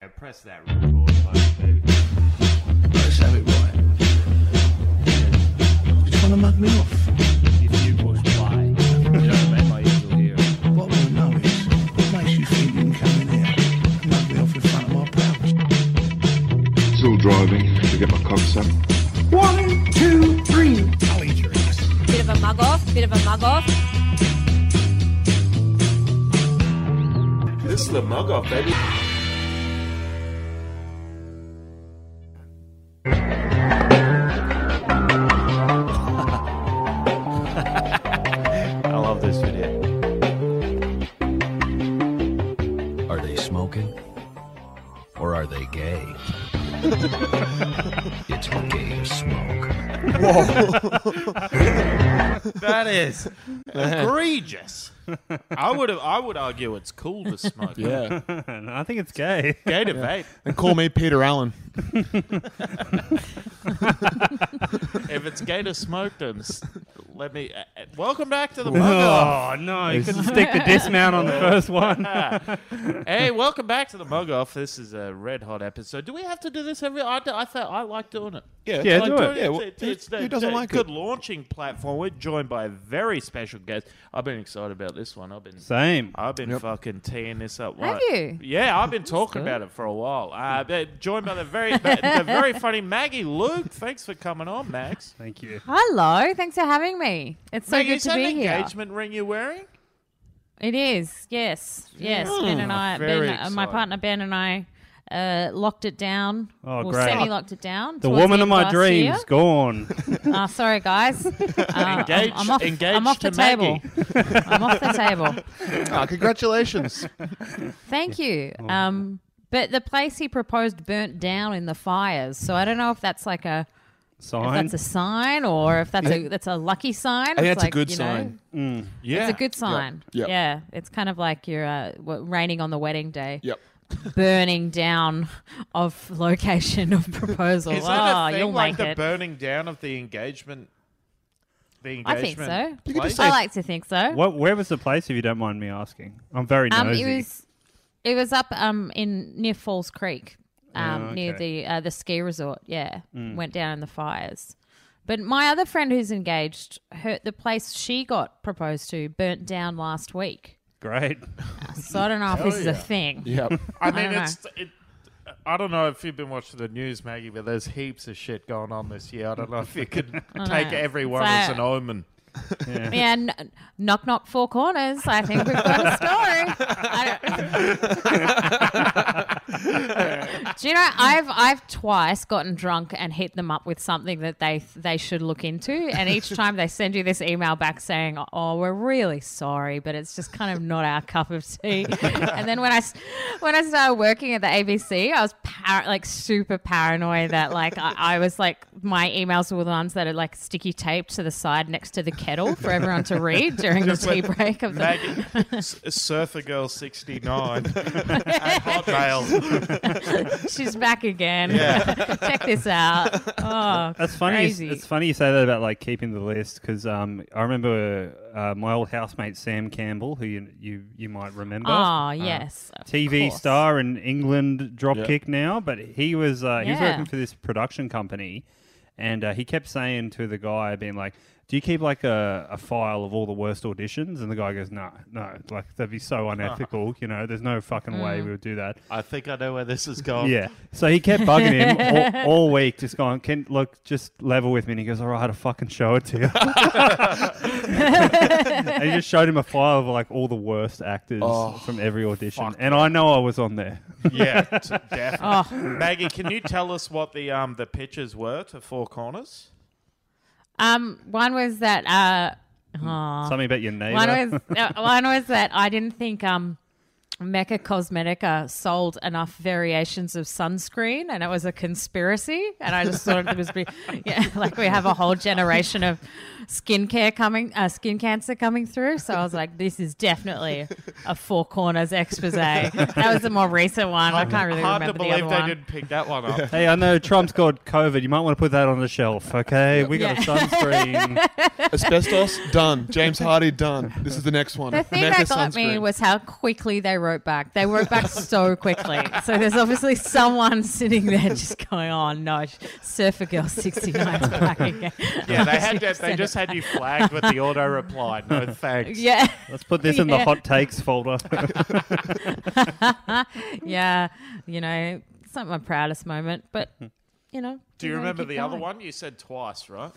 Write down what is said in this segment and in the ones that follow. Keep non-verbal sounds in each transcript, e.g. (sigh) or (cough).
Yeah, press that record button, baby. Let's have it right. You're trying to mug me off. if you push play. (laughs) You know what I mean? Like you will hear. it. What we don't know is what makes you think you can come in here and mug me off in front of my pals. Still driving to get my cogs up. One, two, three. Ollie drinks. Bit of a mug off, bit of a mug off. This is the mug off, baby. I love this video. Are they smoking? Or are they gay? it's gay to smoke. That (laughs) is egregious. I would have. I would argue it's cool to smoke. Yeah. I think it's (laughs) gay. Gay to vape. And call me Peter Allen. If it's gay to smoke, then s- let me. Uh, uh, welcome back (laughs) to the mug off. Oh no! You couldn't stick the dismount (laughs) on the first one. Hey, welcome back to the mug off. This is a red hot episode. Do we have to do this every? I, do- I thought I like doing it. Yeah, Yeah, I do it. Yeah, well, It's- who- it's the- who doesn't the like good it? launching platform. We're joined by a very special guest. I've been excited about this one. I've been Same. I've been fucking teeing this up. Have right- you? Yeah, I've been talking about it for a while. Uh, but joined by the very the (laughs) very funny Maggie Luke. Thanks for coming on, Max. Thank you. Hello, thanks for having me. It's so Maggie, good is to that be an here. engagement ring you're wearing? It is, yes, yes. Ben and I, very ben, uh, my excited. partner Ben and I, uh, locked it down. Oh, well, great. Semi-locked it down. The towards woman the of end my last dreams (laughs) gone. year. Ah, sorry guys. Uh, I'm- Engaged- I'm, off, engaged I'm off to the table. I'm off the table. Ah, congratulations. Thank you. Um, but the place he proposed burnt down in the fires, so I don't know if that's like a if Sign. that's a sign or if that's a that's a lucky sign. I think It's that's a like, good you know, sign. Mm. Yeah. It's a good sign. Yep. Yeah. It's kind of like you're uh, what, raining on the wedding day. (laughs) Yep. Burning down (laughs) of location of proposal. Is oh, that a you'll thing like make the it. burning down of the engagement? The I think engagement. so. You could just I say- like to think so. What? Where was the place? If you don't mind me asking, I'm very um, nosy. it was it was up um in near Falls Creek, um Oh, near okay. the uh, the ski resort. Yeah, went down in the fires. But my other friend who's engaged, her the place she got proposed to burnt down last week. Great. So I don't know if this is a thing. (laughs) Yep. I don't mean, know. it's. It, I don't know if you've been watching the news, Maggie, but there's heaps of shit going on this year. I don't know if you could (laughs) take know. everyone So- as an omen. Yeah, n- knock knock four corners. I think we've got a story. I don't- Do you know I've I've twice gotten drunk and hit them up with something that they they should look into, and each time they send you this email back saying, "Oh, we're really sorry, but it's just kind of not our cup of tea." and then when I s- when I started working at the ABC, I was par- like super paranoid that like I, I was like my emails were the ones that are like sticky taped to the side next to the kettle for everyone to read during the tea break of the (laughs) (laughs) Maggie, S- Surfer Girl 69 at Hotmail. She's back again. (laughs) Check this out. Oh, That's funny. you s- Crazy. It's funny you say that about like keeping the list because um, I remember uh, my old housemate Sam Campbell, who you you, you might remember. Ah, Uh, yes, of TV course. star in England, dropkick now, but he was uh, he was Yeah. working for this production company, and uh, he kept saying to the guy, being like. Do you keep like a, a file of all the worst auditions? And the guy goes, No, no, like that'd be so unethical. You know, there's no fucking way Mm. we would do that. I think I know where this is going. Yeah. So he kept bugging him (laughs) all, all week, just going, "Can look, just level with me." And he goes, "All right, I'll fucking show it to you." and he just showed him a file of like all the worst actors Oh, from every audition, and I know I was on there. (laughs) Yeah, t- definitely. Oh. Maggie, can you tell us what the um the pitches were to Four Corners? Um, one was that. Uh, aw. Something about your neighbor. one (laughs) was uh, one was that I didn't think um, Mecca Cosmetica sold enough variations of sunscreen, and it (laughs) was a conspiracy. And I just thought it was, be, yeah, like we have a whole generation of skincare coming, uh, skin cancer coming through. So I was like, this is definitely a Four Corners expose. That was the more recent one. I can't really Hard to remember the believe other they one. didn't pick that one up. Hey, I know Trump's got COVID. You might want to put that on the shelf, okay? We got a (laughs) sunscreen. Asbestos done. James Hardy done. This is the next one. The thing Mecca that got me sunscreen. was how quickly they wrote back. They wrote back so quickly. So there's obviously someone sitting there just going, "Oh no, Surfer Girl 69 is back again." Yeah, they had to, (laughs) they just had you flagged with the auto reply. No thanks. Yeah, (laughs) Let's put this in the Yeah. hot takes folder. (laughs) yeah. You know, it's not my proudest moment, but you know. Do you gotta remember keep the other going. one? You said twice, right?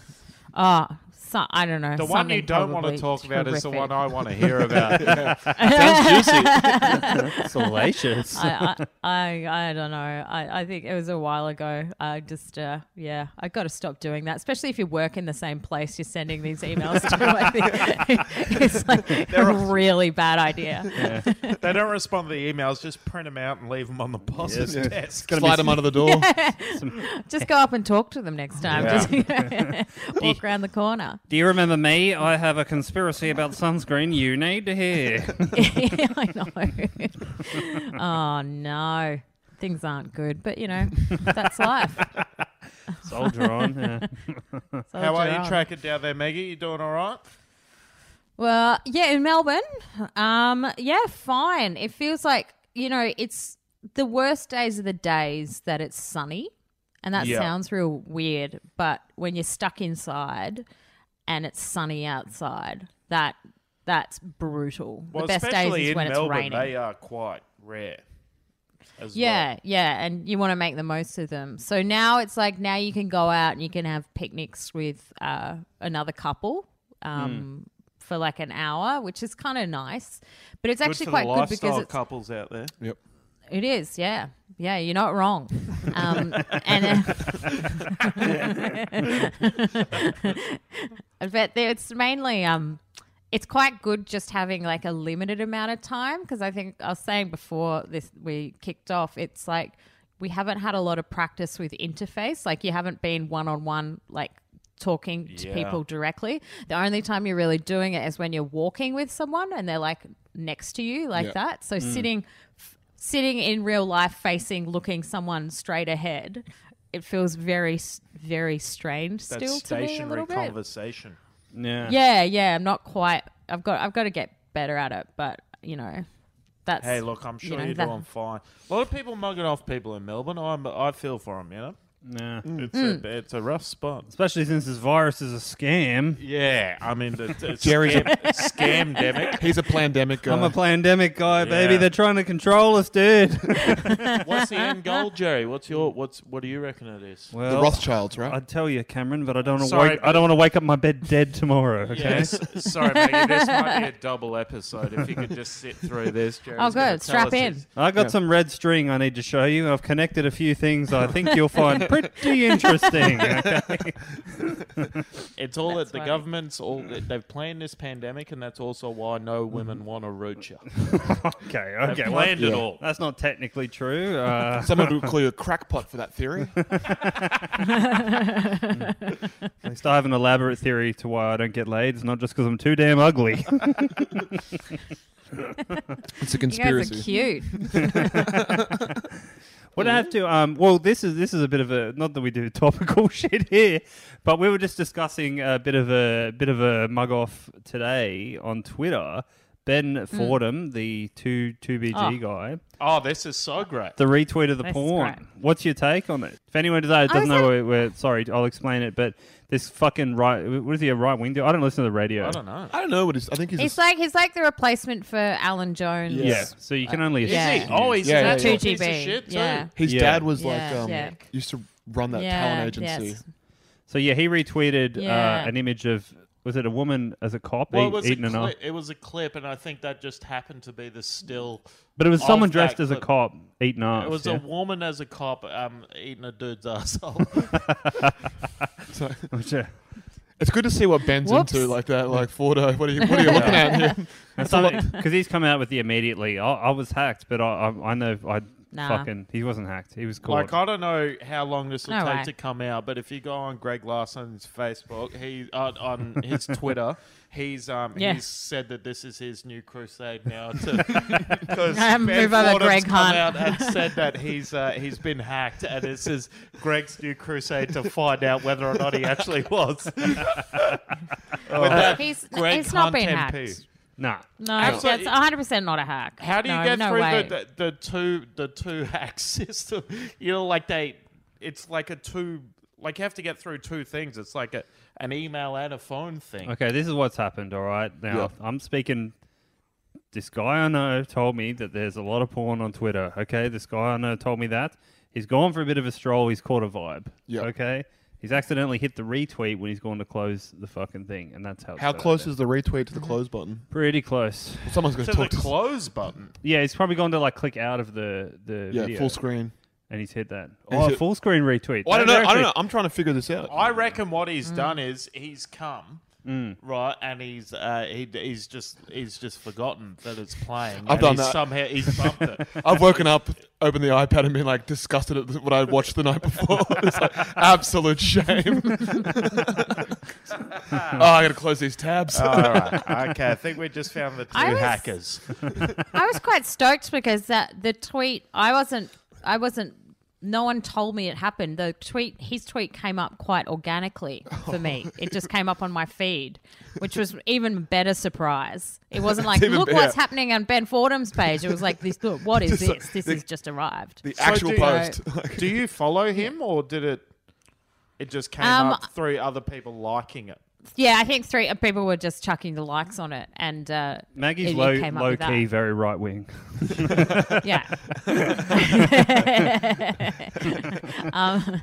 Oh, so, I don't know. The one you something don't want to probably talk about is the terrific. one I want to hear (laughs) about. (laughs) Sounds juicy. Salacious. I, I, I, I don't know. I, I think it was a while ago. I just, uh, yeah, I got to stop doing that, especially if you work in the same place you're sending these emails to. (laughs) I think it's like a really bad idea. they don't respond to the emails. Just print them out and leave them on the boss's Yeah. desk. Slide him under the (laughs) door. (laughs) Just go up and talk to them next time. Yeah. Just walk around the corner. (laughs) Do you remember me? I have a conspiracy about sunscreen you need to hear. Yeah, I know. (laughs) oh, no. Things aren't good, but you know, that's life. Soldier (laughs) on. yeah. Soldier How are you on. tracking down there, Maggie? You doing all right? Well, yeah, in Melbourne. Um, yeah, fine. It feels like, you know, it's the worst days are the days that it's sunny. And that Yeah. sounds real weird, but when you're stuck inside and it's sunny outside, that that's brutal. Well, the best days especially is in when it's Melbourne, raining. they are quite rare. As Yeah, well. yeah, and you want to make the most of them. So now it's like now you can go out and you can have picnics with uh, another couple Hmm. um, for like an hour, which is kind of nice. But it's actually for quite the good because lifestyle it's, couples out there. Yep. it is. Yeah, yeah, you're not wrong. Um, and uh, (laughs) but there- it's mainly um it's quite good just having like a limited amount of time because i think i was saying before this we kicked off it's like we haven't had a lot of practice with interface like you haven't been one-on-one like talking to Yeah. people directly the only time you're really doing it is when you're walking with someone and they're like next to you like Yeah. that so sitting f- sitting in real life facing looking someone straight ahead it feels very s- very strange That still to me a stationary little bit conversation. Yeah. yeah, yeah, I'm not quite. I've got. I've got to get better at it, but you know, (laughs) that's. (laughs) Hey, look, I'm sure you know, are that- doing fine. A lot of people mugging off people in Melbourne. I'm, I feel for them, you know? Yeah. Mm. It's, a, it's a rough spot. Especially since this virus is a scam. Yeah, I mean, the, (laughs) the Jerry's a- scam, (laughs) scamdemic. He's a pandemic guy. I'm a pandemic guy, baby. Yeah. They're trying to control us, dude. (laughs) What's the end goal, Jerry? What's your what's what do you reckon it is? the Rothschilds, right? I'd tell you, Cameron, but I don't want to Sorry, wake. I don't want to wake up my bed dead tomorrow. Okay. Yes. Sorry, Maggie. This might (laughs) be a double episode. If you could just sit through this, Jerry's gonna Oh, tell good. Strap us in. his- I got some red string I need to show you. I've connected a few things I think you'll (laughs) find pretty interesting. (laughs) okay? It's all That's that the right. government's all they've planned this pandemic, and that's also why no women want to root (laughs) you. Okay, They've (laughs) okay. Well, planned it all. that's not technically true. Uh, Someone would call you a crackpot for that (laughs) theory. at least I have an elaborate theory to why I don't get laid. It's not just because I'm too damn ugly. It's a You guys conspiracy. are (laughs) cute. (laughs) What I have to um well this is this is a bit of a not that we do topical (laughs) shit here, but we were just discussing a bit of a bit of a mug off today on Twitter. Ben Fordham, the two two BG Hmm. Oh. guy, Oh, this is so great. the retweet of the This is great. porn. What's your take on it? If anyone today doesn't was know, at- we're, we're sorry. I'll explain it. But this fucking right, what is he a right wing dude? I don't listen to the radio. I don't know. I don't know what it is. I think he's. He's a, like he's like the replacement for Alan Jones. Yeah. Yeah, so you can only Uh, Yeah. Is he? Oh, he's Yeah, an yeah, actual yeah. piece of 2GB, shit too. yeah. his Yeah. dad was Yeah, like um, yeah. used to run that Yeah, talent agency. yes. So yeah, he retweeted Yeah. uh, an image of was it a woman as a cop Well, eat- it was, a eating an eye? clip, it was a clip, and I think that just happened to be the still. But it was someone of dressed that as a clip. cop eating ass. It was yeah. a woman as a cop um, eating a dude's (laughs) asshole. So, (laughs) Which, (laughs) uh, it's good to see what Ben's Whoops. into like that. Like Fordo, what are you, what are (laughs) you looking at here? Because he's come out with the immediately. I, I was hacked, but I, I, I know I Nah. Fucking, he wasn't hacked. He was caught. Like I don't know how long this will No take way. to come out, but if you go on Greg Larson's Facebook, he on, on his Twitter, he's um Yeah. he's said that this is his new crusade now. To, because Um, Ben move over, Fordham's Greg come out Hunt. (laughs) and said that he's uh, he's been hacked, and this is Greg's new crusade to find out whether or not he actually (laughs) was. With that He's, Greg it's not Hunt been hacked. MP. nah. No, Absolutely. that's 100 percent not a hack. How do you No, get no through way. the, the the two the two (laughs) hack system? You know, like they, it's like a two. Like you have to get through two things. It's like a an email and a phone thing. Okay, this is what's happened, all right? Now, I'm speaking. This guy I know told me that there's a lot of porn on Twitter, okay? This guy I know told me that. He's gone for a bit of a stroll. He's caught a vibe, Yeah. okay? He's accidentally hit the retweet when he's gone to close the fucking thing, and that's how. it's How started. close is the retweet to the close button? Pretty close. Someone's going To to the talk to us. close button. Yeah, he's probably gone to like click out of the the Yeah, video, full screen. and he's hit that. And Oh, he's hit- full screen retweet. I don't know. I Actually- don't know. I'm trying to figure this out. I reckon what he's Mm. done is he's come Mm. right, and he's uh, he, he's just he's just forgotten that it's playing. I've and done he's that. Somehow he's bumped it. (laughs) I've woken up, opened the iPad, and been like disgusted at what I watched the night before. (laughs) it's like absolute (laughs) shame. oh, I got to close these tabs. All right. Okay. I think we just found the two I was- hackers. I was quite stoked because that the tweet I wasn't I wasn't no one told me it happened. The tweet his tweet came up quite organically for me. It just came up on my feed, which was even better surprise. It wasn't like even look what's better. happening on Ben Fordham's page. It was like this look, what is (laughs) Just, uh, this? This the- has just arrived. (laughs) the actual do- post. (laughs) Do you follow him, or did it? It just came Um, up through other people liking it. yeah, I think three people were just chucking the likes on it and uh Maggie's it- it low came up low with that. key, very right wing. yeah. (laughs) um,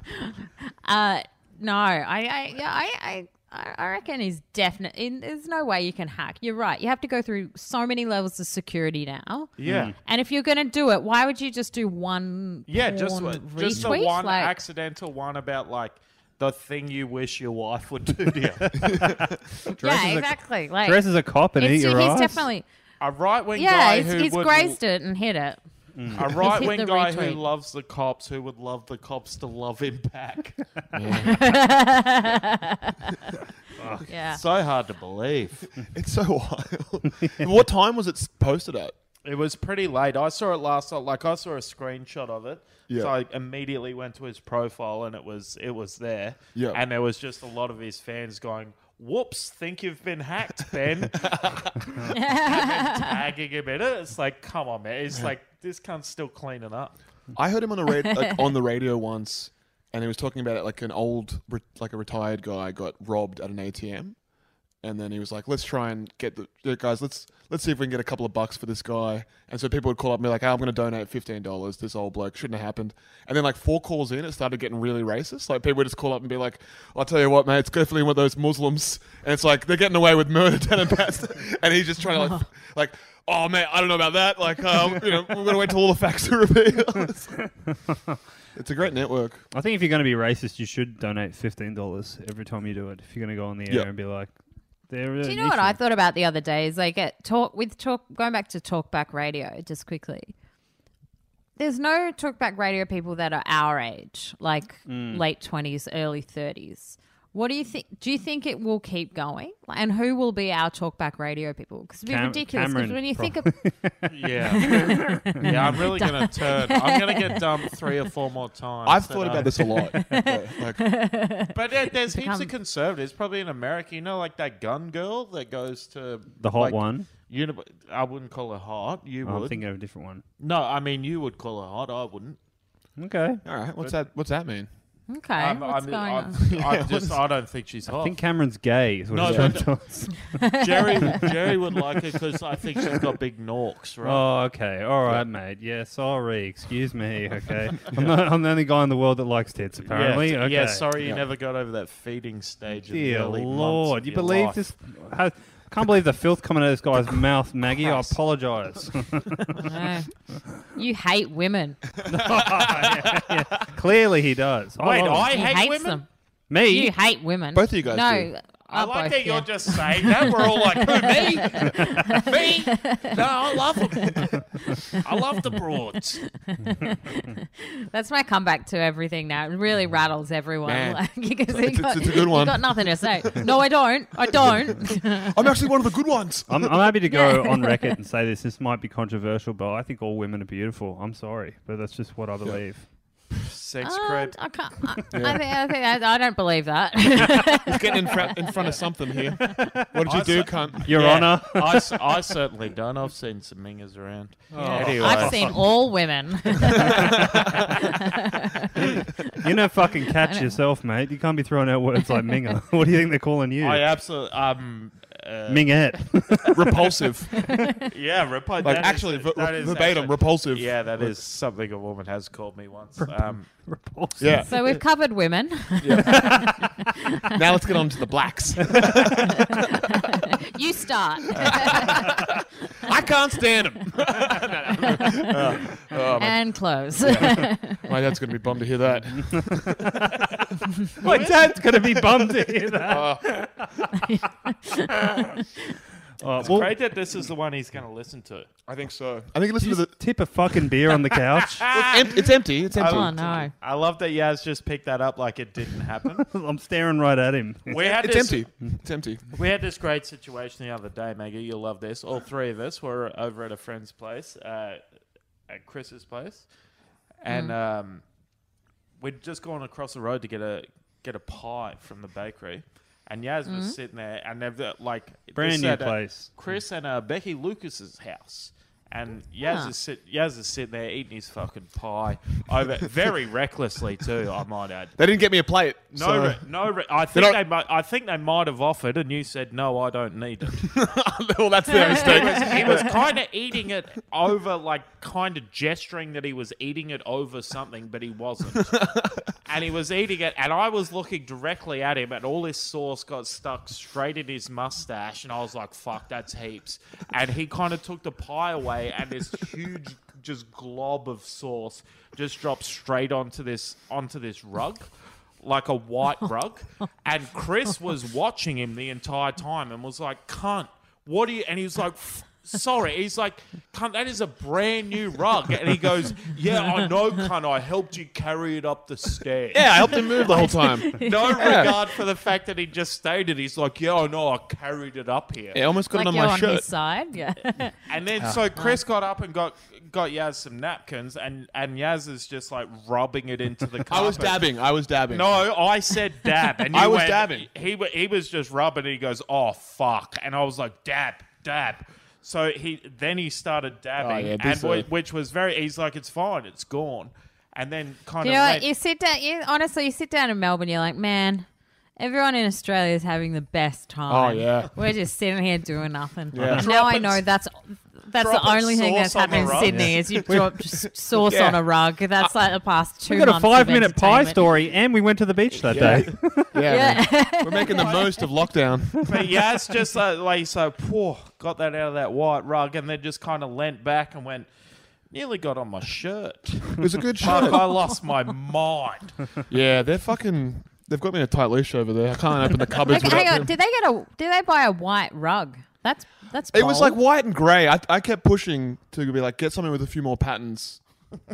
uh, no, I, I, yeah, I, I, I reckon he's definitely. There's no way you can hack. You're right. You have to go through so many levels of security now. Yeah. And if you're going to do it, why would you just do one? Yeah, just porn what- just the retweet? one Like, accidental one about like the thing you wish your wife would do to you. Dress as Yeah, a- exactly. like Dress as a cop and it's- eat he's your eyes. definitely. a right wing Yeah, guy he's, who he's would grazed it and hit (laughs) it. (laughs) a right wing the guy who retweet. loves the cops who would love the cops to love him back. Yeah. so hard to believe. It's so (laughs) wild. What time was it s- posted at? It was pretty late. I saw it last night. Like I saw a screenshot of it, Yeah. so I immediately went to his profile, and it was it was there. Yeah. and there was just a lot of his fans going, "Whoops, think you've been hacked, (laughs) Ben." and then tagging him in it. It's like, come on, man. It's like this cunt's still cleaning up. I heard him on the radio, like, on the radio once, and he was talking about it like an old, re- like a retired guy got robbed at an ATM, and then he was like, "Let's try and get the yeah, guys. Let's let's see if we can get a couple of bucks for this guy." And so people would call up and be like, "Oh, "I'm going to donate fifteen dollars. This old bloke shouldn't have happened." And then like four calls in, it started getting really racist. Like people would just call up and be like, "I'll tell you what, mate. It's definitely one of those Muslims." And it's like they're getting away with murder down in Pastor, (laughs) and he's just trying to like, like. Oh man, I don't know about that. Like, um, you know, we're gonna wait till all the facts are revealed. It's a great network. I think if you're going to be racist, you should donate fifteen dollars every time you do it. If you're going to go on the air Yeah. and be like, "There is." Do you know what I thought about the other day? Is like at talk with talk going back to talkback radio just quickly. There's no talkback radio people that are our age, like late twenties, early thirties. What do you think? Do you think it will keep going? And who will be our talkback radio people? Because it'd be Cam- ridiculous. 'cause Cameron, when you think of (laughs) (laughs) Yeah, yeah. I'm really gonna turn. I'm gonna get dumped three or four more times. I've than thought I- about this a (laughs) lot. Yeah, like, But there, there's heaps become- of conservatives, probably in America. You know, like that gun girl that goes to The hot like, one. Uni- I wouldn't call her hot. You Oh, I'm would. thinking of a different one. no, I mean you would call her hot. I wouldn't. Okay. all right, what's that? What's that mean? okay, I'm- what's I'm- going I'm- (laughs) on? (laughs) I'm just- I don't think she's hot. I (laughs) think Cameron's gay. Is what Oh. No, he's no, trying to tell us. Jerry Jerry would like it because I think she's got big norks, (laughs) right? Oh, okay. All right, mate. Yeah, sorry. (laughs) Excuse me. Okay. I'm, not, I'm the only guy in the world that likes tits, apparently. Yeah, okay. yeah, sorry you Yeah. never got over that feeding stage. in the Dear early months Lord. of You your believe life. this? I can't believe the filth coming out of this guy's (laughs) mouth, Maggie. I apologize. (laughs) I know. you hate women. Clearly, he does. Wait, love him. I You hate hate women. them. Oh, Me? You hate women. Both of you guys No, I I'll like both that you're you. just saying that. We're all like, who, me? (laughs) me? No, I love them. (laughs) I love the broads. That's my comeback to everything now. It really rattles everyone. Mm. Man. (laughs) Like, because It's- you got, it's a good one. You got nothing to (laughs) say. No, I don't. I don't. I'm actually one of the good ones. I'm, I'm happy to go on record and say this. This might be controversial, but I think all women are beautiful. I'm sorry, but that's just what I believe. Sex Um, crap. (laughs) I can't. I, I think, I, think I, I don't believe that. (laughs) (laughs) He's getting in, fra- in front of something here. What did you I do, s- cunt? Your Yeah, Honor. (laughs) I, s- I certainly don't. I've seen some mingers around. Anyway. (laughs) I've seen (laughs) all women. (laughs) You know, fucking catch yourself, mate. You can't be throwing out words like Minga. what do you think they're calling you? I absolutely. Um, uh, Mingette. repulsive. yeah, reply. Like, that is- actually, ver- that is verbatim, actually- repulsive. Yeah, that is something a woman has called me once. Um, (laughs) Repulsive. Yeah. so we've covered women. (laughs) now let's get on to (laughs) the blacks. you start. (laughs) I can't stand them. and close. My dad's going to be bummed to hear that. (laughs) My dad's going to be bummed to hear that. (laughs) Uh, well, great that this is the one he's going to listen to. I think so. I think you listen to just the. tip a fucking beer on the couch. (laughs) It's, em- it's empty. It's empty. (laughs) oh no. I love that Yaz just picked that up like it didn't (laughs) happen. I'm staring right at him. We had It's this, Mm. empty. It's empty. We had this great situation the other day, Maggie. You'll love this. All three of us were over at a friend's place, uh, at Chris's place, and um, we'd just gone across the road to get a get a pie from the bakery. And Yaz was sitting there, and they've got, like this Brand new at, uh, place. Chris and uh, Becky Lucas's house. And Yaz, Huh. is sit, Yaz is sitting there eating his fucking pie over very recklessly too. I might add. They didn't get me a plate. No, so- re- no. Re- I think not- they might. I think they might have offered, and you said no. I don't need it. (laughs) well, that's (laughs) their mistake. he (laughs) was kind of eating it over, like kind of gesturing that he was eating it over something, but he (laughs) wasn't. and he was eating it, and I was looking directly at him, and all this sauce got stuck straight in his mustache, and I was like, "Fuck, that's heaps." And he kind of took the pie away, and this huge, just glob of sauce just dropped straight onto this onto this rug. Like a white rug, and Chris was watching him the entire time and was like, "Cunt, what do you?" And he was like, "F- "Sorry." He's like, "Cunt, that is a brand new rug." And he goes, "Yeah, I know, cunt. I helped you carry it up the stairs." Yeah, I helped him move (laughs) the whole time. no regard for the fact that he just stated he's like, yeah, I know, I carried it up here. I almost got Like it on you're my on shirt. his side. Yeah. And then so Chris got up and got got Yaz some napkins, and and Yaz is just like rubbing it into the carpet. I was dabbing. I was dabbing. No, I said dab, and you (laughs) I was went- dabbing. He wa- he was just rubbing. And he goes, "Oh fuck!" And I was like, "Dab, dab." So he then he started dabbing, Oh, yeah, and this, whi- uh, which was very. He's like, "It's fine, it's gone," and then kind You of know went, what? You sit down. You honestly, you sit down in Melbourne. You're like, man, everyone in Australia is having the best time. Oh, yeah. we're just sitting here doing nothing. Yeah. Now I Dropping- know that's that's the dropping only thing sauce that's on the happening in rug. Sydney is you dropped s- sauce on a rug. That's like the past two. We got a months of five minute pie entertainment. story, and we went to the beach that day. (laughs) Yeah, man. Yeah. (laughs) we're making the most of lockdown. But yeah, it's just like, like so poor got that out of that white rug and then just kind of leant back and went, nearly got on my (laughs) shirt. (laughs) It was a good Fuck, shirt. I lost my mind. yeah, they're fucking. They've got me in a tight leash over there. I can't open the cupboards. Okay, hang without them. on. Did they get a? Did they buy a white rug? That's that's. It was like bold. white and grey. I, I kept pushing to be like, get something with a few more patterns.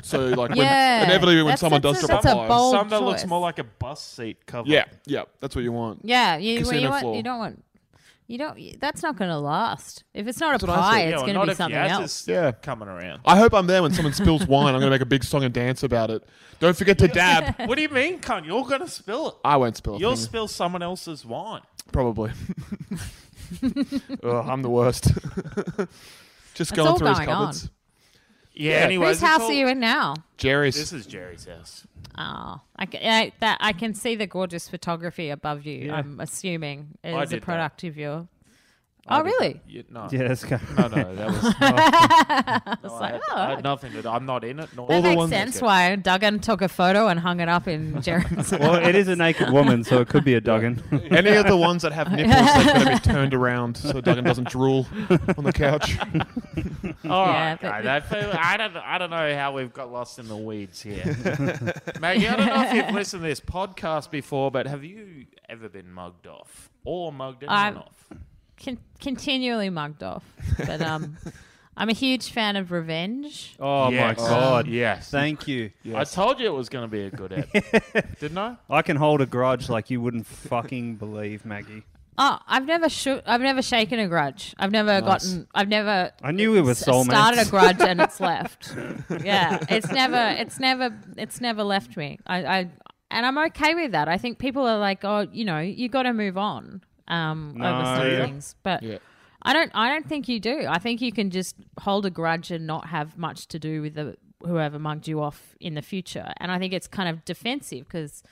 So like, Yeah. when, inevitably when That's- someone that's- does drop (laughs) that's a off, bold- Some that looks choice. more like a bus seat cover. yeah, yeah, that's what you want. Yeah, you, well, you, Casino want, floor. you don't want. You don't. That's not going to last. If it's not a what I said. pie, Yeah, it's well, going not to be if something Yaz else. is Yeah. coming around. I hope I'm there when someone spills wine. I'm gonna make a big song and dance about it. Don't forget (laughs) to dab. What do you mean, cunt? You're gonna spill (laughs) it. I won't spill. a You'll thing. spill someone else's wine. (laughs) Probably. Ugh, I'm the worst. (laughs) Just going all through his going on. cupboards. Yeah. Yeah. Anyways, Whose it's house all- are you in now? Jerry's. This is Jerry's house. Oh, I can, I, that, I can see the gorgeous photography above you. I'm assuming I it is did a that. product of your Oh, really? You, no. Yeah, that's kind No, no, that (laughs) (laughs) was. It's I, like, had, oh, I had nothing to do. I'm not in it. Nor that makes sense why Duggan took a photo and hung it up (laughs) in (laughs) Jeremy's. well, it is a naked woman, so it could be a Duggan. Any (laughs) of the ones that have nipples, they've got to (laughs) be turned around so Duggan doesn't drool on the couch. (laughs) All Yeah, right, but- guy, that feel- I don't, I don't know how we've got lost in the weeds (laughs) here. Maggie, I don't know if you've listened to this podcast before, but have you ever been mugged off or mugged anyone I'm- off? (laughs) Con- continually mugged off. But um, I'm a huge fan (laughs) of revenge. Oh Yes. my god! Yes. Thank you. I told you it was going to be a good episode, (laughs) didn't I? I can hold a grudge like you wouldn't fucking believe, Maggie. Oh, I've never shoo- I've never shaken a grudge. I've never gotten. I've never. I knew we were s- soulmates. (laughs) Started a grudge and it's left. yeah, it's never. It's never. It's never left me. I. I and I'm okay with that. I think people are like, oh, you know, you got to move on um, over No. some Yeah. things, but. Yeah. I don't. I don't think you do. I think you can just hold a grudge and not have much to do with the whoever mugged you off in the future. And I think it's kind of defensive because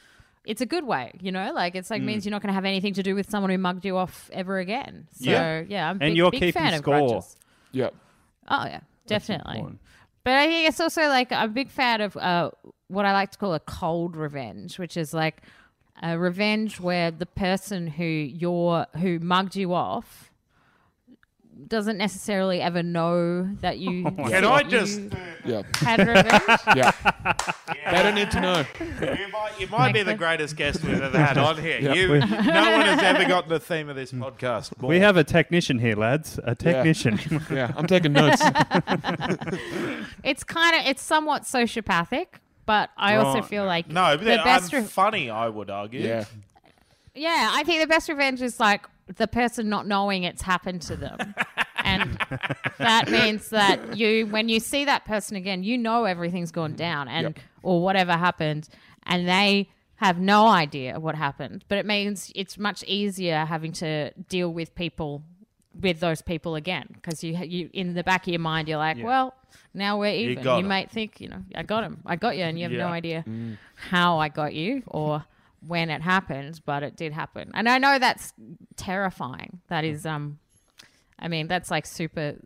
it's a good way, you know. Like it's Mm. like means you're not going to have anything to do with someone who mugged you off ever again. So Yeah. yeah, I'm a And big, you're big keeping fan of score. grudges. Yeah. Oh yeah, definitely. important. But I think it's also like I'm a big fan of uh, what I like to call a cold revenge, which is like a revenge where the person who you're who mugged you off doesn't necessarily ever know that you. (laughs) Can I just- you Yeah. (laughs) (laughs) had revenge? Yeah. They don't need to know. You might, you might be the Excellent. greatest guest we've ever had on here. You, no one has ever gotten the theme of this Mm. podcast. We have a technician here, lads. A technician. (laughs) Yeah. I'm taking notes. it's kind of it's somewhat sociopathic, but I also Right. feel like no, but the best. I'm re- funny. I would argue. Yeah. Yeah, I think the best revenge is like the person not knowing it's happened to them. and that means that you when you see that person again, you know everything's gone down and Yep. or whatever happened and they have no idea what happened. But it means it's much easier having to deal with people with those people again because you you in the back of your mind you're like, well, now we're even. got You, 'em. might think, you know, I got him. I got you and you have no Yeah. Mm. idea how I got you or when it happened, but it did happen. And I know that's terrifying. That Mm. is, um, I mean, that's like super,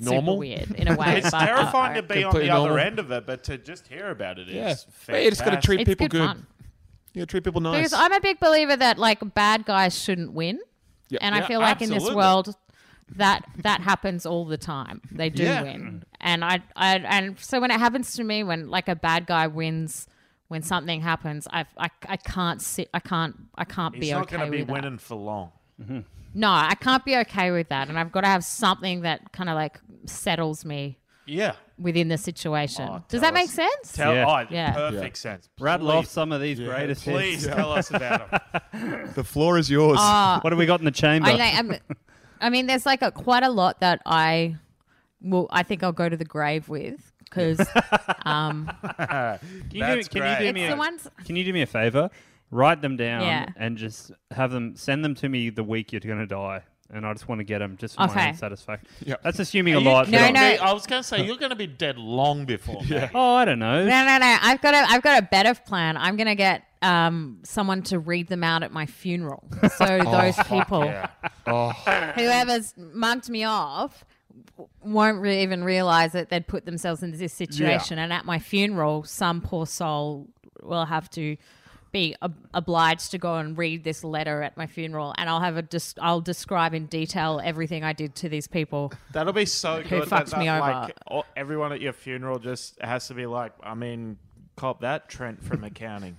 Normal? super weird in a (laughs) way. It's but, uh, terrifying to uh, be on Completely the other normal. end of it, but to just hear about it is Yeah. But fantastic. you just got to treat It's people good good. fun. Yeah. Treat people Because nice. I'm a big believer that like bad guys shouldn't win, Yeah. and I Yeah, feel like in this absolutely. world that that happens all the time. They do Yeah. win, and I, I and so when it happens to me, when like a bad guy wins. When something happens, I, I, I can't sit. I can't. I can't He's be not okay going to be with that. winning for long. No, I can't be okay with that. And I've got to have something that kind of like settles me Yeah. within the situation. Oh, tell Does that make us. sense? Tell, Yeah. Oh, Yeah. perfect sense. Rattle Please- off some of these greatest Please hits. tell us (laughs) about him. the floor is yours. Uh, What have we got in the chamber? I, like, I'm- I mean, there's like a, quite a lot that I will, I think I'll go to the grave with (laughs) because um, Can you, That's do, can, you great. do it's me the a, ones. can you do me a favor? Write them down Yeah. and just have them send them to me the week you're going to die. And I just want to get them just for my Okay. own satisfaction. Yeah. That's assuming a lot. No, but- no. I was going to say, you're going to be dead long before. yeah. Oh, I don't know. No, no, no. I've got a, I've got a better plan. I'm gonna get um, someone to read them out at my funeral. So those people, whoever's mugged me off, w- won't re- even realize that they'd put themselves into this situation. And at my funeral, some poor soul will have to be ob- obliged to go and read this letter at my funeral, and I'll have a dis- I'll describe in detail everything I did to these people. That'll be so good. that fucked me that, over? Like, all- everyone at your funeral just has to be like, I mean, cop that Trent from (laughs) accounting.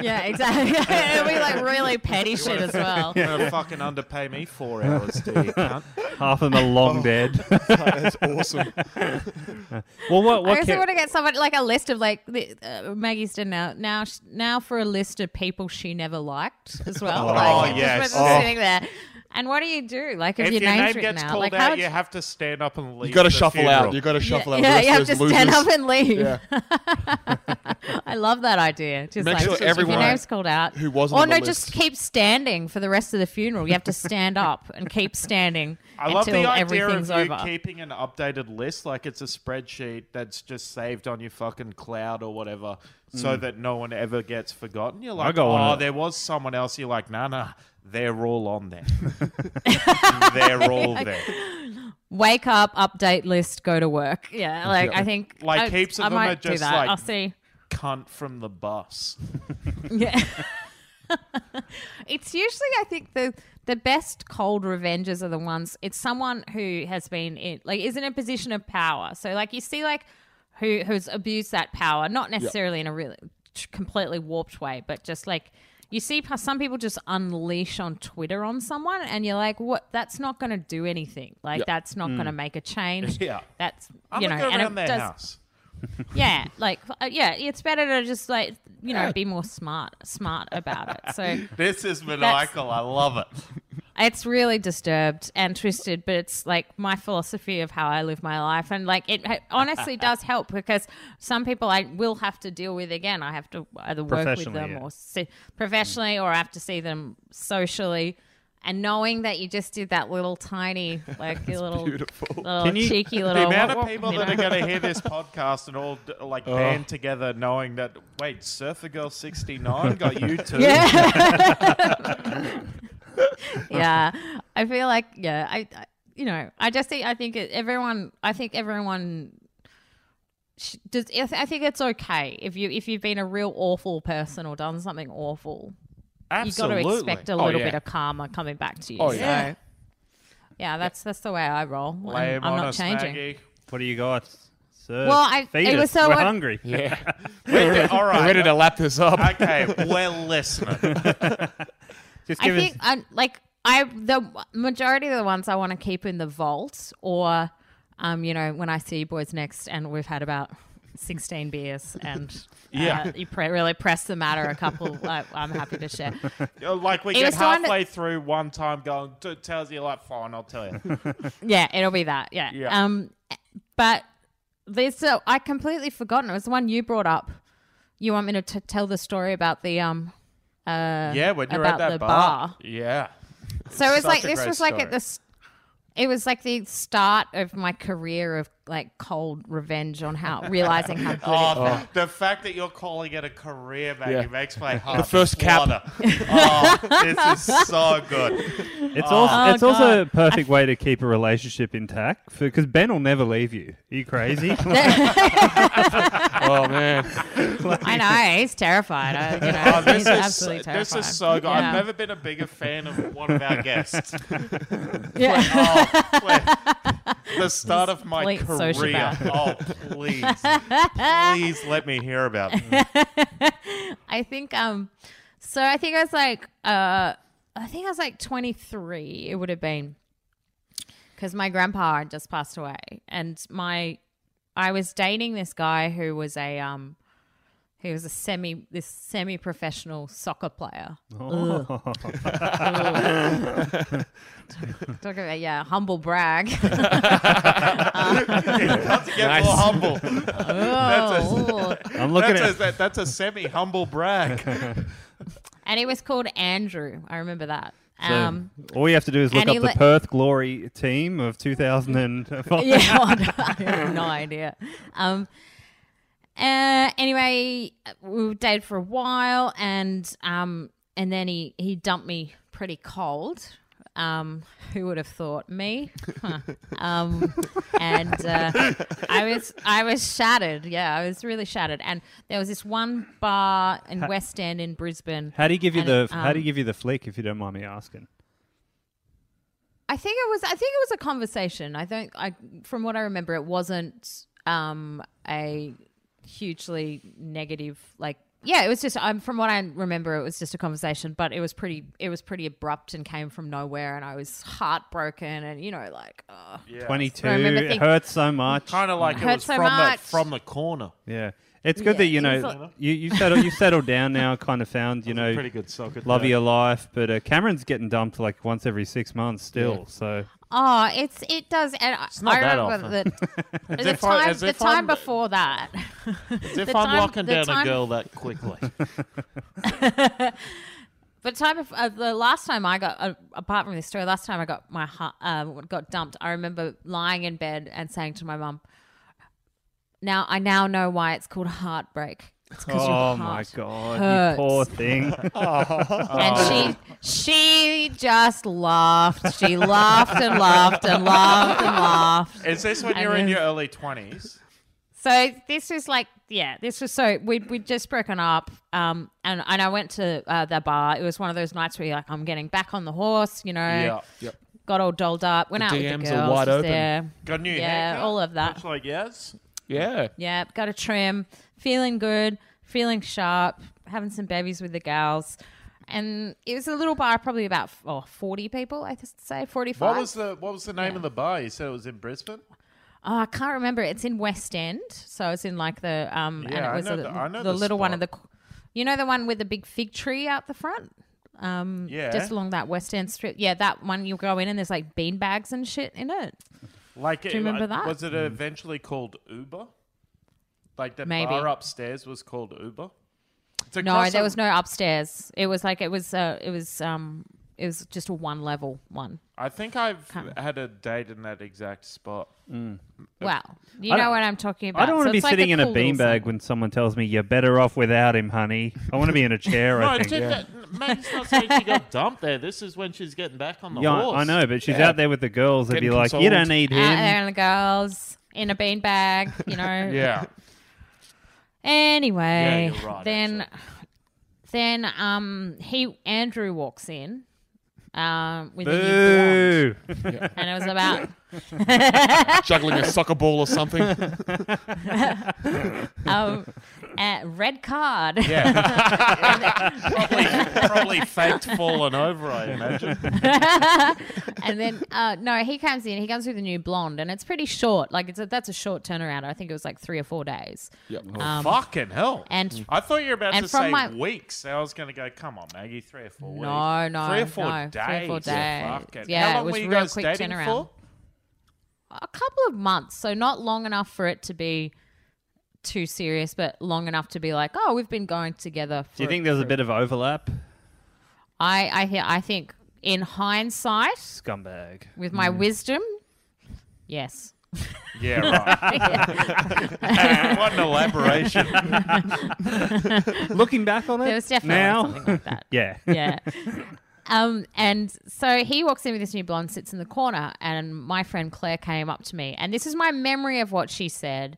yeah, exactly. (laughs) It'll be like really petty shit as well. You're going to fucking underpay me four hours, do you, (laughs) cunt? Half of them are (laughs) Oh. long dead. (laughs) (laughs) That's (laughs) awesome. well, what, I what also can, want to get someone like a list of like the, uh, Maggie's done now now sh- now for a list of people she never liked as well. Oh, like, it's yes. just Oh. sitting there. And what do you do? Like if, If your, your name name's gets written out, called like out, would you you- have to stand up and leave. You got to the shuffle funeral. out. You got to (laughs) shuffle out. yeah, the you have rest to of those stand losers. up and leave. Yeah. (laughs) I love that idea. Just Make like sure if your everyone name's called out. who wasn't Or on the no, just list. keep standing for the rest of the funeral. You have to stand up and keep standing I love until the idea of everything's you over. keeping an updated list, like it's a spreadsheet that's just saved on your fucking cloud or whatever, so that no one ever gets forgotten. You're like, got one oh, of- there was someone else. You're like, nah, nah, They're all on there. (laughs) They're all there. Wake up, update list, go to work. Yeah, like I think Like, I, heaps of I them are might do just that. like- I'll see. Cunt from the bus. (laughs) (laughs) Yeah. (laughs) it's usually, I think, the the best cold revenges are the ones. It's someone who has been in, like, is in a position of power. So, like, you see, like, who who's abused that power, not necessarily in a really t- completely warped way, but just like. You see, how some people just unleash on Twitter on someone, and you're like, "What? That's not going to do anything. Like, that's not going to make a change. Mm. (laughs) Yeah. that's I'm you know, gonna go and around it their does, house. yeah, like uh, yeah, it's better to just like you know be more smart smart about it. So This is maniacal. I love it. it's really disturbed and twisted, but it's like my philosophy of how I live my life, and like it ha- (laughs) honestly does help because some people I will have to deal with again. I have to either work with Professionally, them yeah. or see, professionally, or I have to see them socially. And knowing that you just did that little tiny, (laughs) like your Oh. little, (laughs) little Can you- cheeky little. The amount wop, of wop, people you that know? are going to (laughs) hear this podcast and all d- like band together, knowing that wait, Surfer Girl sixty nine got (laughs) you too. Yeah. yeah. I feel like yeah, I, I you know, I just think I think it, everyone I think everyone sh- does I, th- I think it's okay if you if you've been a real awful person or done something awful. absolutely. You got to expect a Oh, little yeah. bit of karma coming back to you. Oh So, yeah. yeah, that's that's the way I roll. I'm- Lame I'm on not us, changing. (laughs) Maggie. What do you got? Sir, Well, I- feed it us. was so We're un- hungry. Yeah. We're re- all right. Ready to lap this up. (laughs) okay, we're (laughs) listening. Just I give think us. I like I the majority of the ones I want to keep in the vault or um you know when I see you boys next and we've had about 16 beers (laughs) and yeah Yeah. you pre- really press the matter a couple like, I'm happy to share You're Uh, Like we It get was the one halfway through one time, going t- tells you like fine, I'll tell (laughs) you. yeah it'll be that yeah, Yeah. um but there's so I completely forgotten it was the one you brought up you want me to t- tell the story about the um uh yeah, when you're about at that the bar. bar. Yeah. So it was Such like a this great was like story. at this. It was like the start of my career of like cold revenge on how realizing how good. Oh, it, th- the fact that you're calling it a career, Maggie, Yeah. makes my heart. The first cap. (laughs) oh, this is so good. It's also Oh, it's also a God. perfect way to keep a relationship intact because Ben will never leave you. Are you (laughs) crazy? (laughs) Oh man. I know he's terrified. I, you know, Oh, this, he's is, so- absolutely this terrified. is so good. Yeah. I've never been a bigger fan of one of our guests. Yeah. Oh, please. The start of my Complete career. Oh, please. Please let me hear about it. I think um so I think I was like uh I think I was like 23 it would have been cuz my grandpa had just passed away and my I was dating this guy who was a um he was a semi this semi-professional soccer player. Talk about yeah, humble brag. It doesn't get more humble. Oh. I'm looking That's at a, that, that's a semi-humble brag. and he was called Andrew. I remember that. So Um (laughs) all you have to do is look and up he the le- Perth Glory team of 2005. yeah, well, I have no idea. Um, uh, anyway, we were dated for a while, and um, and then he he dumped me pretty cold. Um, who would have thought me? Huh. um, and uh, I was I was shattered. Yeah, I was really shattered. And there was this one bar in West End in Brisbane. How do you give you And the it, How do you um, give you the flick if you don't mind me asking? I think it was. I think it was a conversation. I think I, from what I remember, it wasn't um, a hugely negative. Like, yeah, it was just. Um, from what I remember, it was just a conversation, but it was pretty. It was pretty abrupt and came from nowhere, and I was heartbroken, and you know, like, oh. Twenty two. I remember It think- hurts so much. Kind of like it Hurt was so from, the, much. from the corner. Yeah, it's good Yeah, that you it was know like- you you settled you settled down (laughs) now. Kind of found you know Pretty good soccer. love of player. your life, but uh, Cameron's getting dumped like once every six months still. So oh, it's it does. And I- not I that remember that the if I- (laughs) time, as the if time I'm- before that. As if the I'm time- locking the down time- a girl that quickly. But time of, uh, the last time I got uh, apart from this story, last time I got my hu- um, got dumped, I remember lying in bed and saying to my mum, "Now I now know why it's called heartbreak." Oh my god, hurts. you poor (laughs) thing. And Oh. she she just laughed. She laughed and laughed and laughed and (laughs) laughed. Is this when And you're in then- your early 20s? So this was like, yeah, this was so we we just broken up, um, and and I went to uh, the bar. It was one of those nights where you're like, I'm getting back on the horse, you know. (laughs) Yep. Got all dolled up. Went The out with DMs the are girls. wide was open. there. Got a new Yeah, haircut? all of that. It's like, yes. Yeah. Yeah, got a trim, feeling good, feeling sharp, having some babies with the gals. And it was a little bar, probably about oh, 40 people, I just say, 45. What was the What was the name of the bar? You said it was in Brisbane. oh, I can't remember. It's in West End. So it's in like the, um, and Yeah, I it was know a- the- I know the little one spot. of the, c- you know, the one with the big fig tree out the front? Um, Yeah. Just along that West End strip. Yeah, that one you go in and there's like bean bags and shit in it. Like, you remember that? Was it eventually called Uber? Like the Maybe. bar upstairs was called Uber. It's No, across there the- was no upstairs. It was like, it was, uh, it was, um, it was just a one level one. I think I've Can't- had a date in that exact spot. Well, you I know don't- what I'm talking about. I don't want So to be it's like sitting in a cool little beanbag scene. when someone tells me you're better off without him, honey. I want to be in a (laughs) chair. No, I think. dude, that, Maggie's not saying she got dumped there. This is when she's getting back on the Yeah, horse. I know, but she's out there with the girls. They'd be Getting like, "You don't consoled. need Out Ah, there him." and the girls in a beanbag, (laughs) you know. Yeah. Anyway, Yeah, you're right, then, then um, he Andrew walks in, um, with a new Boo! blonde, and it was about Juggling a soccer ball or something. um, a red card. Yeah. (laughs) (laughs) probably, probably faked fallen over, I (laughs) imagine. and then uh, no, he comes in. He comes with a new blonde, and it's pretty short. Like it's a, that's a short turnaround. I think it was like three or four days. yep. Fucking hell. Um, And I thought you were about and to from say my- weeks. I was going to go, come on, Maggie, three or four weeks. No, no, Three or four no, days. three or four days. Fucking- Yeah, How it long was were you real guys quick dating turnaround. (laughs) for? a couple of months, so not long enough for it to be too serious, but long enough to be like, oh, we've been going together. For, Do you think there's a bit of overlap? I, I, hear- I think in hindsight, Scumbag. with my wisdom, yes. Yeah, right. what an elaboration. (laughs) Looking back on it, There was definitely now, something like that. yeah, yeah. Um, and so he walks in with this new blonde, sits in the corner, and my friend Claire came up to me, and this is my memory of what she said.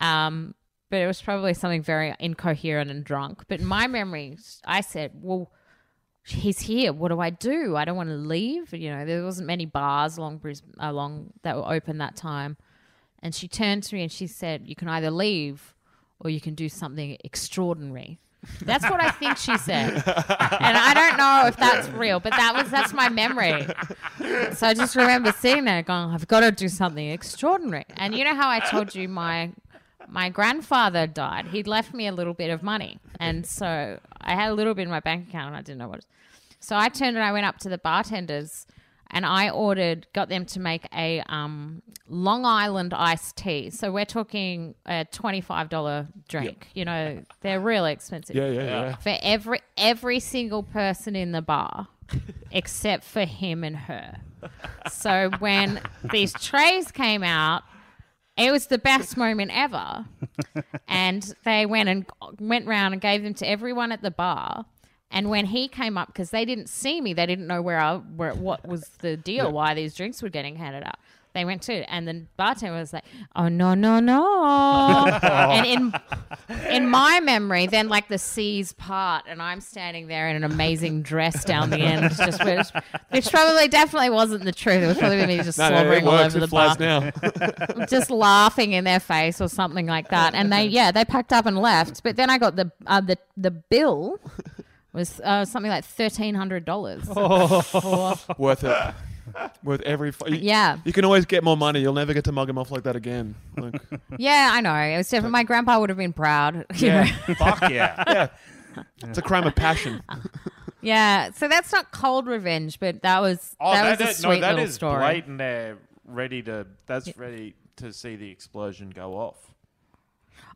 Um, but it was probably something very incoherent and drunk. But in my memory, I said, "Well, he's here. What do I do? I don't want to leave. You know, there wasn't many bars along Brisbane, along that were open that time." And she turned to me and she said, "You can either leave, or you can do something extraordinary." That's what I think she said, and I don't know if that's real, but that was that's my memory. So I just remember sitting there going, "I've got to do something extraordinary." And you know how I told you my my grandfather died. He'd left me a little bit of money, and so I had a little bit in my bank account, and I didn't know what. It So I turned and I went up to the bartenders, and I ordered, got them to make a um, Long Island iced tea. So we're talking a twenty-five dollar drink. You know, they're really expensive Yeah, yeah, yeah. for every every single person in the bar except for him and her. So when these trays came out, it was the best moment ever. And they went and went round and gave them to everyone at the bar. And when he came up, because they didn't see me, they didn't know where I where what was the deal, why these drinks were getting handed out. They went to, it, and the bartender was like, "Oh no, (laughs) no, no!" and in in my memory, then like the seas part, and I'm standing there in an amazing dress down the end, just which, which probably definitely wasn't the truth. It was probably me just No, no, slobbering it all works. over the It flies bar, now. (laughs) just laughing in their face or something like that. And they, yeah, they packed up and left. But then I got the uh, the the bill was uh, something like thirteen hundred dollars. Oh. Worth it. (laughs) Worth every. F- you, Yeah. You can always get more money. You'll never get to mug him off like that again. Like, Yeah, I know. It was definitely my grandpa would have been proud. (laughs) You know? Fuck yeah. (laughs) it's a crime of (laughs) passion. yeah. So that's not cold revenge, but that was Oh, that, that, was a is, sweet no, that little is story. blatant there, ready to, that's ready to see the explosion go off.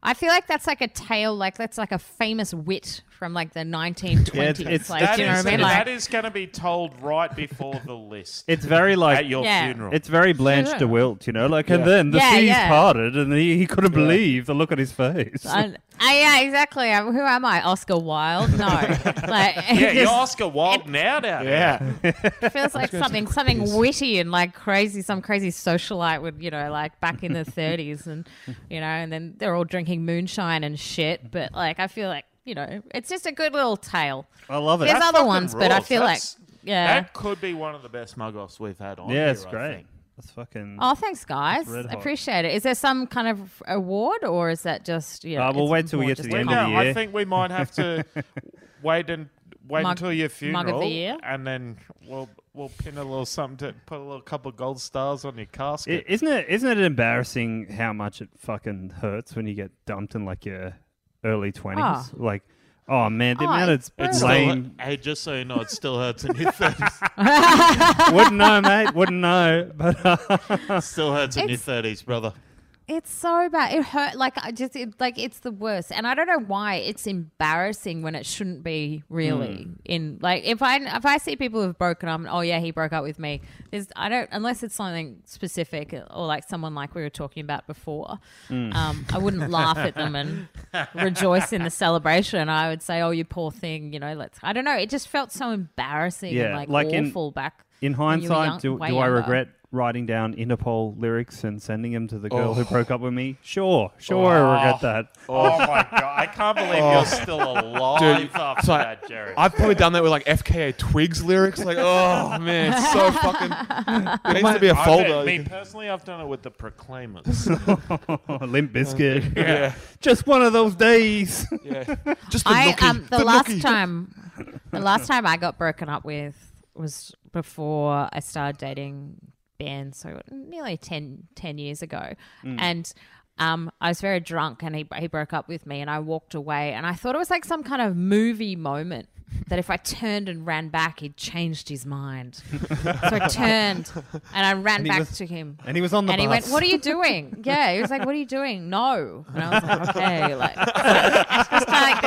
I feel like that's like a tale, like that's like a famous wit from like the 1920s. it's- like, That do you know is- what I mean? that Like, is going to be told right before the list It's very like at your Yeah. funeral. It's very Blanche yeah. DeWilt, you know, like, and then the Yeah, seas yeah. parted, and he, he couldn't believe the look on his face. (laughs) I, I, uh, yeah, exactly. i who am I? Oscar (laughs) Wilde? No. like, (laughs) it yeah, you're (laughs) just Oscar Wilde now down Yeah. (laughs) feels like something something witty and like crazy, some crazy socialite would, you know, like (laughs) back in the 30s and, you know, and then they're all drinking moonshine and shit. But like, I feel like, you know, it's just a good little tale. I love it. There's That other fucking ones, but I rules. feel That's- like, yeah. That could be one of the best mug offs we've had on (laughs) yeah, it's here, I great. think. That's fucking. Oh, thanks, guys. red I hot. appreciate it. Is there some kind of award or is that just, you know? Uh, we'll it's wait till we more get to just the a end con- of yeah, the I year. think we might have (laughs) to wait and wait Mug- until your mug funeral, of the year? and then we'll we'll pin a little something to put a little couple of gold stars on your I- casket. isn't it? Isn't it embarrassing how much it fucking hurts when you get dumped in like your early twenties? Ah. Like, oh man, the Oh, amount it's of brutal. lame. hey, just so you know, it still hurts in your (laughs) thirties. (laughs) wouldn't know, mate. Wouldn't know. But uh, still hurts in your It's- thirties, brother. It's so bad. It hurt. Like I just it, like it's the worst, and I don't know why it's embarrassing when it shouldn't be. Really, Hmm. in like if I if I see people who've broken up, and, oh yeah, he broke up with me. There's I don't unless it's something specific or like someone like we were talking about before. Hmm. Um, I wouldn't laugh at them and rejoice in the celebration. I would say, oh, you poor thing. You know, let's. I don't know. It just felt so embarrassing. Yeah, and, like like, in- awful back. in when you were hindsight, young- do, way do I younger. regret writing down Interpol lyrics and sending them to the girl who broke up with me? Sure, sure, I regret that. Oh my god, I can't believe you're still (laughs) alive Dude, after so- that, Jerry. I've probably done that with like FKA Twigs lyrics. Like, (laughs) oh man, it's so fucking. There needs to be a I folder. me you can- personally, I've done it with the (laughs) Proclaimers. Oh. (laughs) Limp Biscuit. Just one of those days. (laughs) yeah. Just for I nookie, um the for last nookie. (laughs) time, the last time I got broken up with was before I started dating Ben, so nearly 10, 10 years ago, Mm. and. Um, I was very drunk and he, he broke up with me and I walked away and I thought it was like some kind of movie moment that if I turned and ran back, he'd changed (laughs) his mind. so I turned and I ran he back was- to him (laughs) And he was on the and bus. he went, "What are you doing?" Yeah, he was like, "What are you doing?" No, and I was like, "Okay, like (laughs) it's kind of like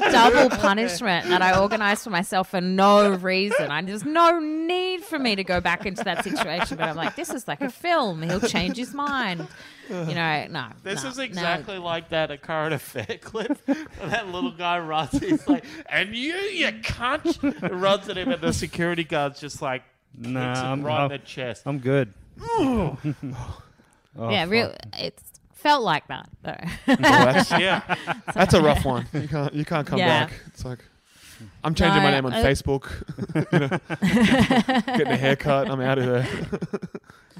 this double punishment that I organised for myself for no reason. And there's no need for me to go back into that situation. But I'm like, this is like a film. He'll change his mind. You know, no. This no, is no. exactly like that A Current Affair clip. And that little guy runs, he's like, and you, you cunt, runs at him, and the security guard's just like, kicks Nah, him I'm- right I'll- in the chest. I'm (laughs) good. Oh, yeah, fuck. real. It felt like that. though. Oh, that's, yeah. that's a rough one. You can't. You can't come Yeah. back. It's like. I'm changing my No, name on I- Facebook. (laughs) You know, (laughs) getting a haircut. I'm out of there.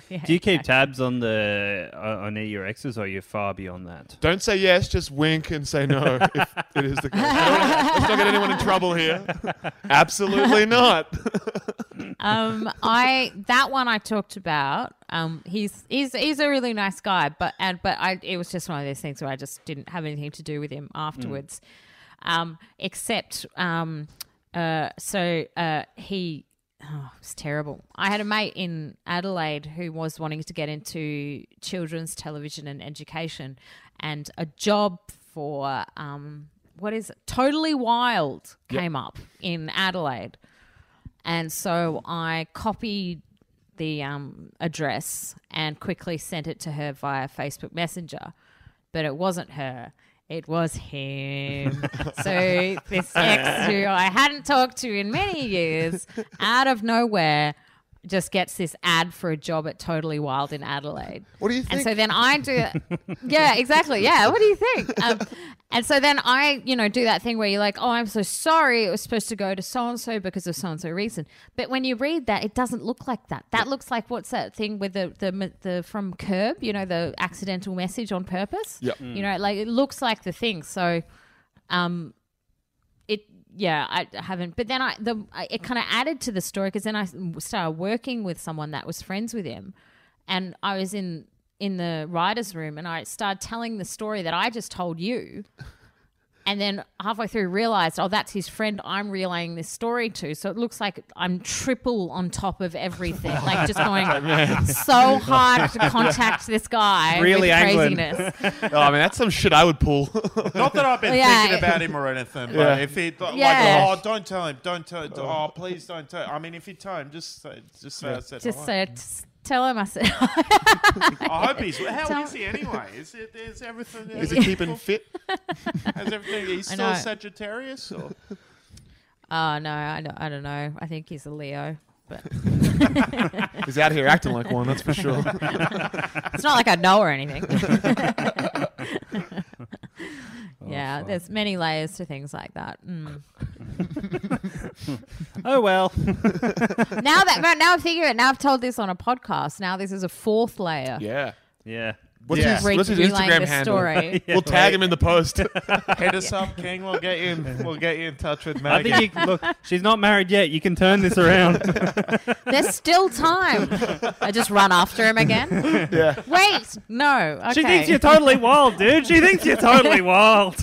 Yeah. Do you keep tabs on the uh, on your exes, or you're far beyond that? Don't say yes, just wink and say no if (laughs) it is the case. Let's not get anyone in trouble here. Absolutely not. (laughs) um, I that one I talked about. Um, he's he's he's a really nice guy, but and but I it was just one of those things where I just didn't have anything to do with him afterwards, um, except um, uh, so uh, he. Oh, it was terrible. I had a mate in Adelaide who was wanting to get into children's television and education, and a job for um, what is it? Totally Wild came up in Adelaide. And so I copied the um, address and quickly sent it to her via Facebook Messenger. But it wasn't her. It was him. so this ex who I hadn't talked to in many years, out of nowhere, just gets this ad for a job at Totally Wild in Adelaide. What do you And think? so then I do, (laughs) yeah, exactly, yeah. What do you think? Um, and so then I, you know, do that thing where you're like, oh, I'm so sorry, it was supposed to go to so and so because of so and so reason. But when you read that, it doesn't look like that. That looks like what's that thing with the the, the from Curb, you know, the accidental message on purpose. Yep. You know, like it looks like the thing. So, um, it yeah i haven't but then i the I, it kind of added to the story because then i s- started working with someone that was friends with him and i was in (laughs) in the writers room and i started telling the story that i just told you and then halfway through realized, oh, that's his friend I'm relaying this story to. So it looks like I'm triple on top of everything, (laughs) like just going so hard to contact this guy. Really with angling. craziness. Oh, I mean, that's some shit I would pull. Not that (laughs) I've been Yeah. thinking about him or anything, but Yeah. if he th- Yeah. like, oh, don't tell him, don't tell, oh, please don't tell. I mean, if you tell him, just say, just say I said Just hello. uh, t- tell him I said. (laughs) I hope he's. How Tell- is he anyway? Is it? Is everything? Is it keeping fit? Has everything? He's (laughs) I still a know. Sagittarius. Or? oh no, I don't, I don't know. I think he's a Leo. But (laughs) He's out here acting like one, that's for sure. (laughs) it's not like I know or (laughs) anything. Oh, (laughs) (laughs) yeah, fuck. there's many layers to things like that. Mm. Oh well. now that but now I'm thinking of it. Now I've told this on a podcast. Now this is a fourth layer. yeah. yeah. (laughs) What's yeah. his, Re- what's his relaying Instagram this handle? (laughs) story. (laughs) We'll tag him in the post. Hit us up, King. We'll get you. In, we'll get you in touch with I Maggie. think you, look, she's not married yet. You can turn this (laughs) around. There's still time. I just run after him again. (laughs) Yeah. Wait, no. Okay. She thinks you're totally wild, dude. She thinks you're totally wild.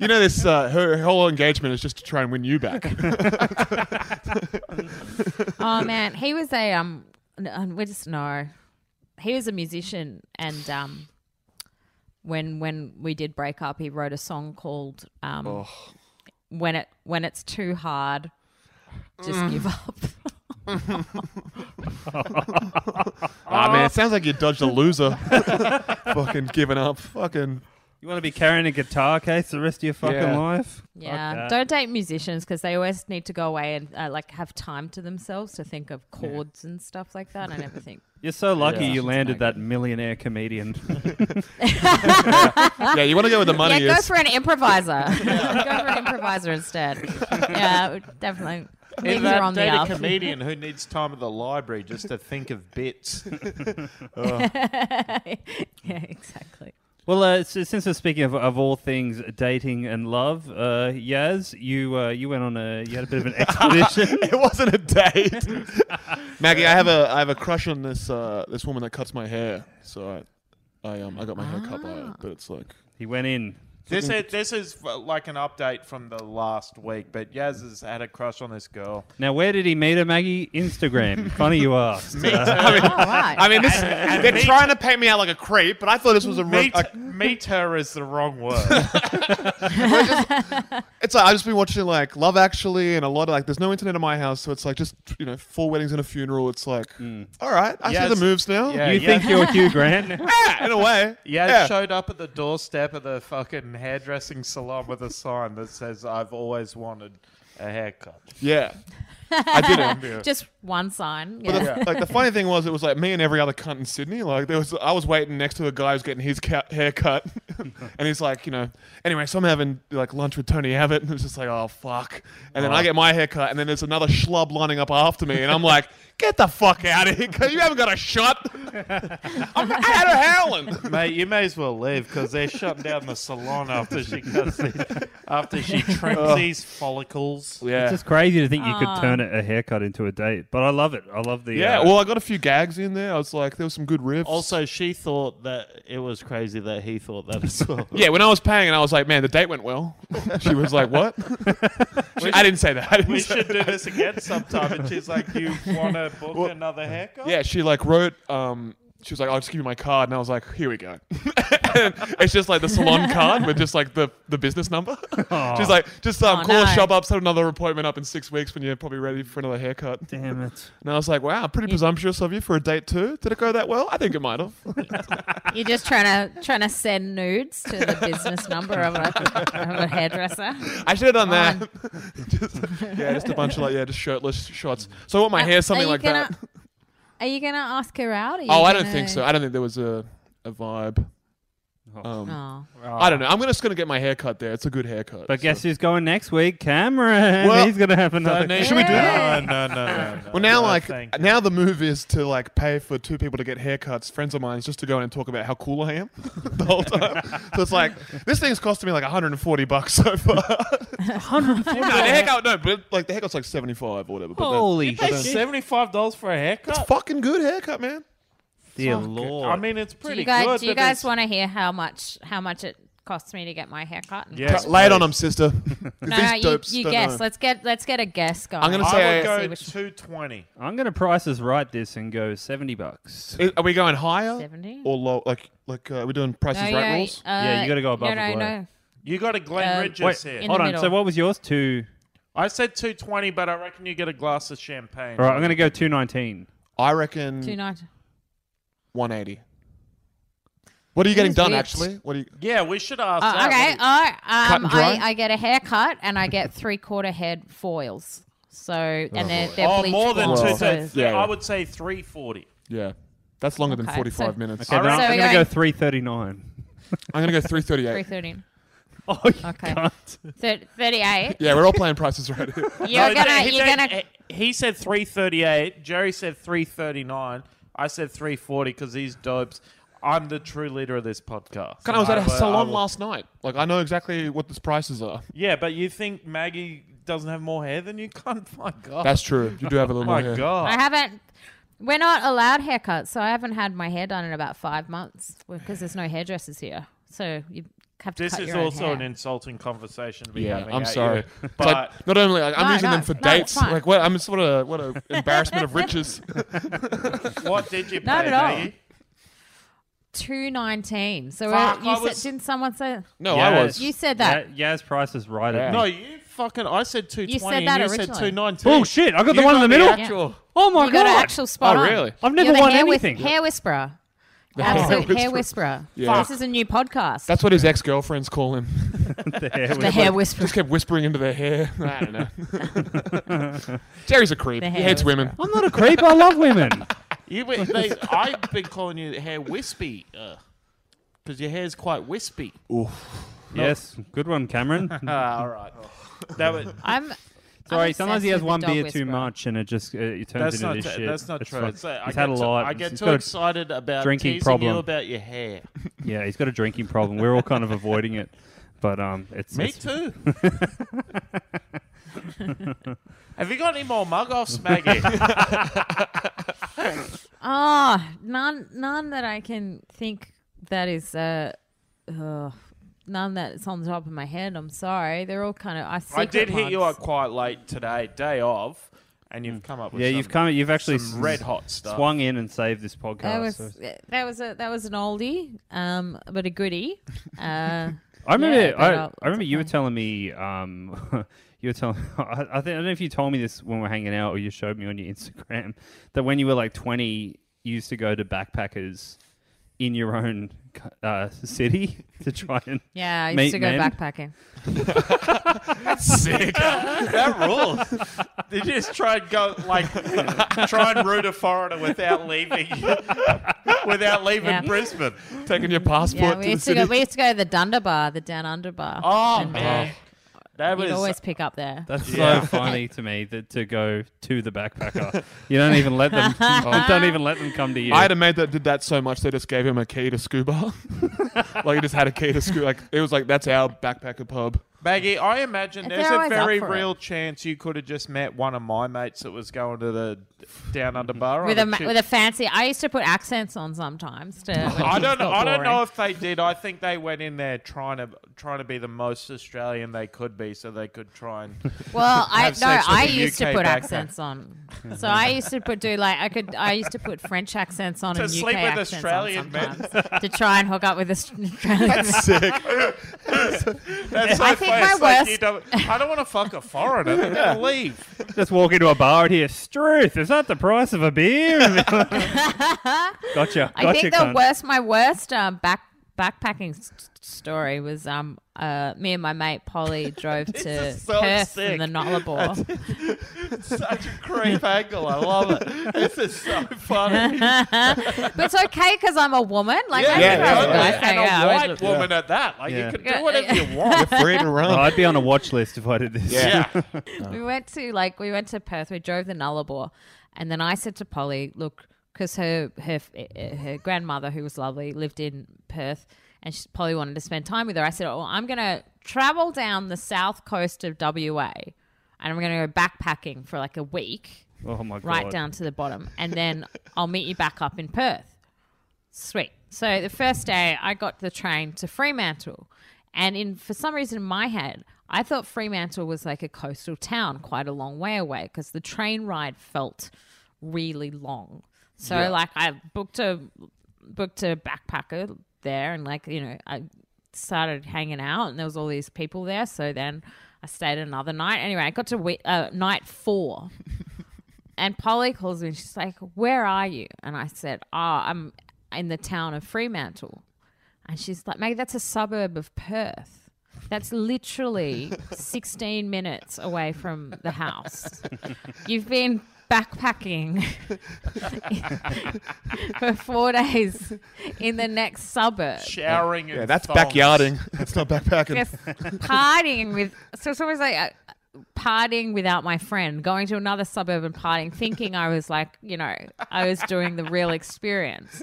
you know, this uh, her her whole engagement is just to try and win you back. oh man, he was a um. n- um, We just no. He was a musician, and um, when when we did break up, he wrote a song called um, when it when it's too hard, just give up. Ah, man, it sounds like you (laughs) dodged a loser. Fucking giving up. Fucking. You want to be carrying a guitar case the rest of your fucking Yeah. life? Yeah, Fuck that. don't date musicians because they always need to go away and uh, like have time to themselves to think of chords and stuff like that. I never think. You're so lucky Yeah. you landed that millionaire comedian. (laughs) Yeah, you want to go where the money yeah, go is. for an improviser. (laughs) go for an improviser instead. Yeah, definitely. Things are on the date a up. comedian who needs time at the library just to think of (laughs) bits. (laughs) yeah, exactly. well, uh, s since we're speaking of, of all things dating and love, uh, Yaz, you uh, you went on a you had a bit of an expedition. it wasn't a date. Maggie, I have a I have a crush on this uh, this woman that cuts my hair. So I I um I got my hair cut by her, but it's like he went in. This is this is uh, like an update from the last week, but Yaz has had a crush on this girl. Now, where did he meet her, Maggie? Instagram. Funny you asked. (laughs) All right. I mean, this, they're trying to paint me out like a creep, but I thought this was a. real Meet, meet her is the wrong word. it's like I've just been watching like Love Actually and a lot of like. There's no internet in my house, so it's like just you know four weddings and a funeral. It's like, all right, I Mm. Yeah, see it's- the moves now. yeah. you think you're Hugh Grant? now? Yeah, (laughs) in a way. Yeah, yeah. showed up at the doorstep of the fucking hairdressing salon with a sign that says, "I've always wanted a haircut." Yeah. I did (laughs) it. Just one sign. But yeah. the, like the funny thing was, it was like me and every other cunt in Sydney. Like there was, I was waiting next to a guy who's getting his ca- haircut, (laughs) and he's like, you know, anyway, so I'm having like lunch with Tony Abbott, and it's just like, oh fuck. And then I get my haircut, and then there's another schlub lining up after me, and I'm like, get the fuck out of here, 'cause you haven't got a shot. (laughs) I'm out of howling. (laughs) Mate, you may as well leave because they're shutting down the salon after she cuts these, after (laughs) she trims these follicles. It's Yeah. just crazy to think you could turn a a haircut into a date, but I love it. I love the Yeah, uh, well, I got a few gags in there. I was like, there was some good riffs. Also, she thought that it was crazy that he thought that as well. yeah, when I was paying, and I was like, man, the date went well. (laughs) she was like, what? (laughs) She- I didn't say that. I (laughs) didn't We say should do this again sometime. And she's like, "You want to book another haircut?" Yeah, she like wrote. Um, she was like, "I'll just give you my card," and I was like, "Here we go." (laughs) and it's just like the (laughs) salon card with just like the, the business number. She's like, "Just um, Oh, call no. shop up, set another appointment up in six weeks when you're probably ready for another haircut." Damn it. And I was like, "Wow, pretty presumptuous of you for a date too. Did it go that well? I think it (laughs) might have." You're just trying to trying to send nudes to the business number of a, of a hairdresser. I should have done Come that. (laughs) just, yeah, just a bunch of like yeah, just shirtless shots. So I want my hair something like that. Are you gonna ask her out? Are you Oh, I don't gonna- think so. I don't think there was a a vibe. Um, Oh. I don't know. I'm just gonna get my hair cut there. It's a good haircut. But so- guess who's going next week? Cameron. Well- He's going to have another. Don't need- Should we do that? No, no, no. no, no Well, now No, like thank you. now the move is to like pay for two people to get haircuts. Friends of mine just to go in and talk about how cool I am (laughs) the whole time. so it's like this thing's costing me like 140 bucks so far. 140. no, the haircut, no, but like the haircut's like 75 or whatever. But the- Holy Pay seventy-five dollars for a haircut. fucking good haircut, man. dear I lord! mean, it's Do pretty you guys good. do you but guys it's- want to hear how much how much it costs me to get my haircut. And Yes, Lay it on please. them, sister. No, These no, you, dopes you don't guess. know. Let's get let's get a guess going. I'm gonna I say- would I see would go which- two twenty. I'm going to price us right this and go 70 bucks. I- Are we going higher 70? or low? Like, like uh, we're doing prices No, right yeah, rules. uh, Yeah, you gotta go above No, or no, below. no. You got a Glen Uh, Ridges here. in the Hold on. middle. So what was yours? Two. I said two twenty, but I reckon you get a glass of champagne. All right, I'm going to go 219. I reckon Mm. Two nights. 180. What are you getting He's done? rich. Actually, what are you? Yeah, we should ask. Oh, that. okay. What All right. Um, and I, dry? I get a haircut and I get three quarter head foils. So and they're, do they're you- Oh, bleach more than blonde, two. so- thirty. Yeah. I would say three forty. Yeah, that's longer than Okay, 45 so- minutes. Okay, then right. I'm, So we're going to go going- 339. I'm gonna go 338. 313. (laughs) Oh, you Okay. can't. Thir- (laughs) 38. yeah, we're all playing prices (laughs) right here. You're No, gonna he you're said- gonna He said three thirty eight. Jerry said three thirty nine. I said three forty because these dopes. I'm the true leader of this podcast. Can I was at I a will- I salon will- last night. Like, I know exactly what these prices are. Yeah, but you think Maggie doesn't have more hair than you? (laughs) Cunt, my god. (laughs) That's true. You do have a little my more hair. god. I haven't we're not allowed haircuts, so I haven't had my hair done in about five months because there's no hairdressers here. So you have to this cut is your own also hair. an insulting conversation to be Yeah, having. I'm at sorry. you, It's but like, not only like, I'm No, using no, them for no, it's dates. fine. Like, what? I'm just what a what (laughs) a embarrassment of riches. what did you pay, Not at all. Maggie? two nineteen. So Fuck, uh, you I said, was- didn't someone say No, I Yes. was. you said that? Yeah, Yaz price is right Yeah. at me. No, you fucking. I said two twenty. said that you said originally. two nineteen. Oh, shit. I got the You one got in the the middle. act- Actual. Oh, my you God. got an actual spot. Oh, on. really? I've You're never the won hair whis- anything. hair whisperer. hair Absolute whisperer. hair whisperer. Yeah. This is a new podcast. That's what his ex girlfriends call him. the hair the whis- hair whisperer. Just kept whispering into their hair. (laughs) I don't know. Jerry's a creep. The He hair hates women. I'm not a creep. I (laughs) love women. You, (laughs) were- they, I've been calling you hair wispy because your hair's quite wispy. yes. Good one, Cameron. (laughs) Ah, all right. That was, (laughs) I'm Sorry, I'm sometimes he obsessed has with the one dog beer whisperer. too much, and it just uh, it turns that's into not this true. shit. that's not It's true. fine. It's like, I he's get had a too- lot. I get He's too got a- excited about drinking teasing problem. you about your hair. yeah, he's got a drinking problem. We're all kind (laughs) of avoiding it, but um, it's Me (laughs) it's- too. Have you got any more mug offs, (laughs) Maggie? Ah, none, none that I can think that is uh, ugh, none that's on the top of my head. I'm sorry, they're all kind of. I, I secret did hit you ones. up quite late today, day off, and you've come up with Hmm. Yeah, some, you've come. You've actually some s- red hot stuff. swung in and saved this podcast. That was Oh, so- that was a that was an oldie, um, but a goodie. Uh, I remember. Yeah, I, but, uh, I remember it's you were okay. telling me. Um, (laughs) you were telling. I, I think I don't know if you told me this when we were hanging out, or you showed me on your Instagram that when you were like twenty, you used to go to backpackers in your own uh, city (laughs) to try and. yeah, I used Meat to go men? backpacking. Sick. (laughs) that rules. They just try and go like try and root a foreigner without leaving without leaving Yeah. Brisbane. Taking your passport Yeah, to we the used to go. city. We used to go to the Dunder Bar, the Down Under Bar. Oh And, uh, man. That You'd was always pick up there. That's Yeah. so funny to me that to go to the (laughs) backpacker, you don't even let (laughs) them. you don't even let them come to you. I had a mate that did that so much they just gave him a key to scuba. (laughs) like he just had a key to scuba. Like it was like that's our backpacker pub. Maggie, I imagine And there's they're a always up very for it. real chance you could have just met one of my mates that was going to the down under bar with on a ma- chi- with a fancy, I used to put accents on sometimes. To, when (laughs) I things don't. got I don't boring. know if they did. I think they went in there trying to trying to be the most Australian they could be, so they could try (laughs) and. Well, (laughs) I have no, sex with I a used to UK put backpack. accents on. (laughs) So I used to put do like I could I used to put French accents on To and UK sleep with accents Australian on men. sometimes to try and hook up with Aus- (laughs) Australian. men. Sick. That's so I think funny. my It's like, you worst- don't, I don't want to fuck a (laughs) foreigner. They're gonna leave. just walk into a bar and hear Struth. Is that the price of a (laughs) beer? (laughs) gotcha. I gotcha, think the cunt. worst my worst um, back backpacking s- story was um uh me and my mate Polly (laughs) drove to is so Perth sick. in the Nullarbor. Such a creep angle. I love it. This is so (laughs) funny. but it's okay because I'm a woman. Like I yeah, can have a yeah. guy And saying, "Yeah, I a was white woman at that. Like Yeah. you can do whatever (laughs) you want. Free to Oh, run. I'd be on a watch list if I did this. Yeah. We went to like we went to Perth. We drove the Nullarbor, and then I said to Polly, "Look, because her her her grandmother, who was lovely, lived in Perth, and she, Polly wanted to spend time with her." I said, "Oh, I'm gonna travel down the south coast of WA, and I'm gonna go backpacking for like a week, (laughs) Oh my god. right down to the bottom, and then I'll meet you back up in Perth." Sweet. So the first day, I got the train to Fremantle. And in for some reason in my head, I thought Fremantle was like a coastal town, quite a long way away, because the train ride felt really long. So like I booked a booked a backpacker there, and like you know I started hanging out, and there was all these people there. So then I stayed another night. Anyway, I got to we- uh, night four. And Polly calls me and she's like, Where are you? And I said, Oh, I'm in the town of Fremantle. And she's like, Maggie, that's a suburb of Perth. That's literally 16 minutes away from the house. You've been backpacking (laughs) for four days in the next suburb. Showering Yeah, that's backyarding. (laughs) That's not backpacking. Just (laughs) partying with. So it's always like uh, partying without my friend, going to another suburb and partying, thinking I was like, you know, I was doing the real experience.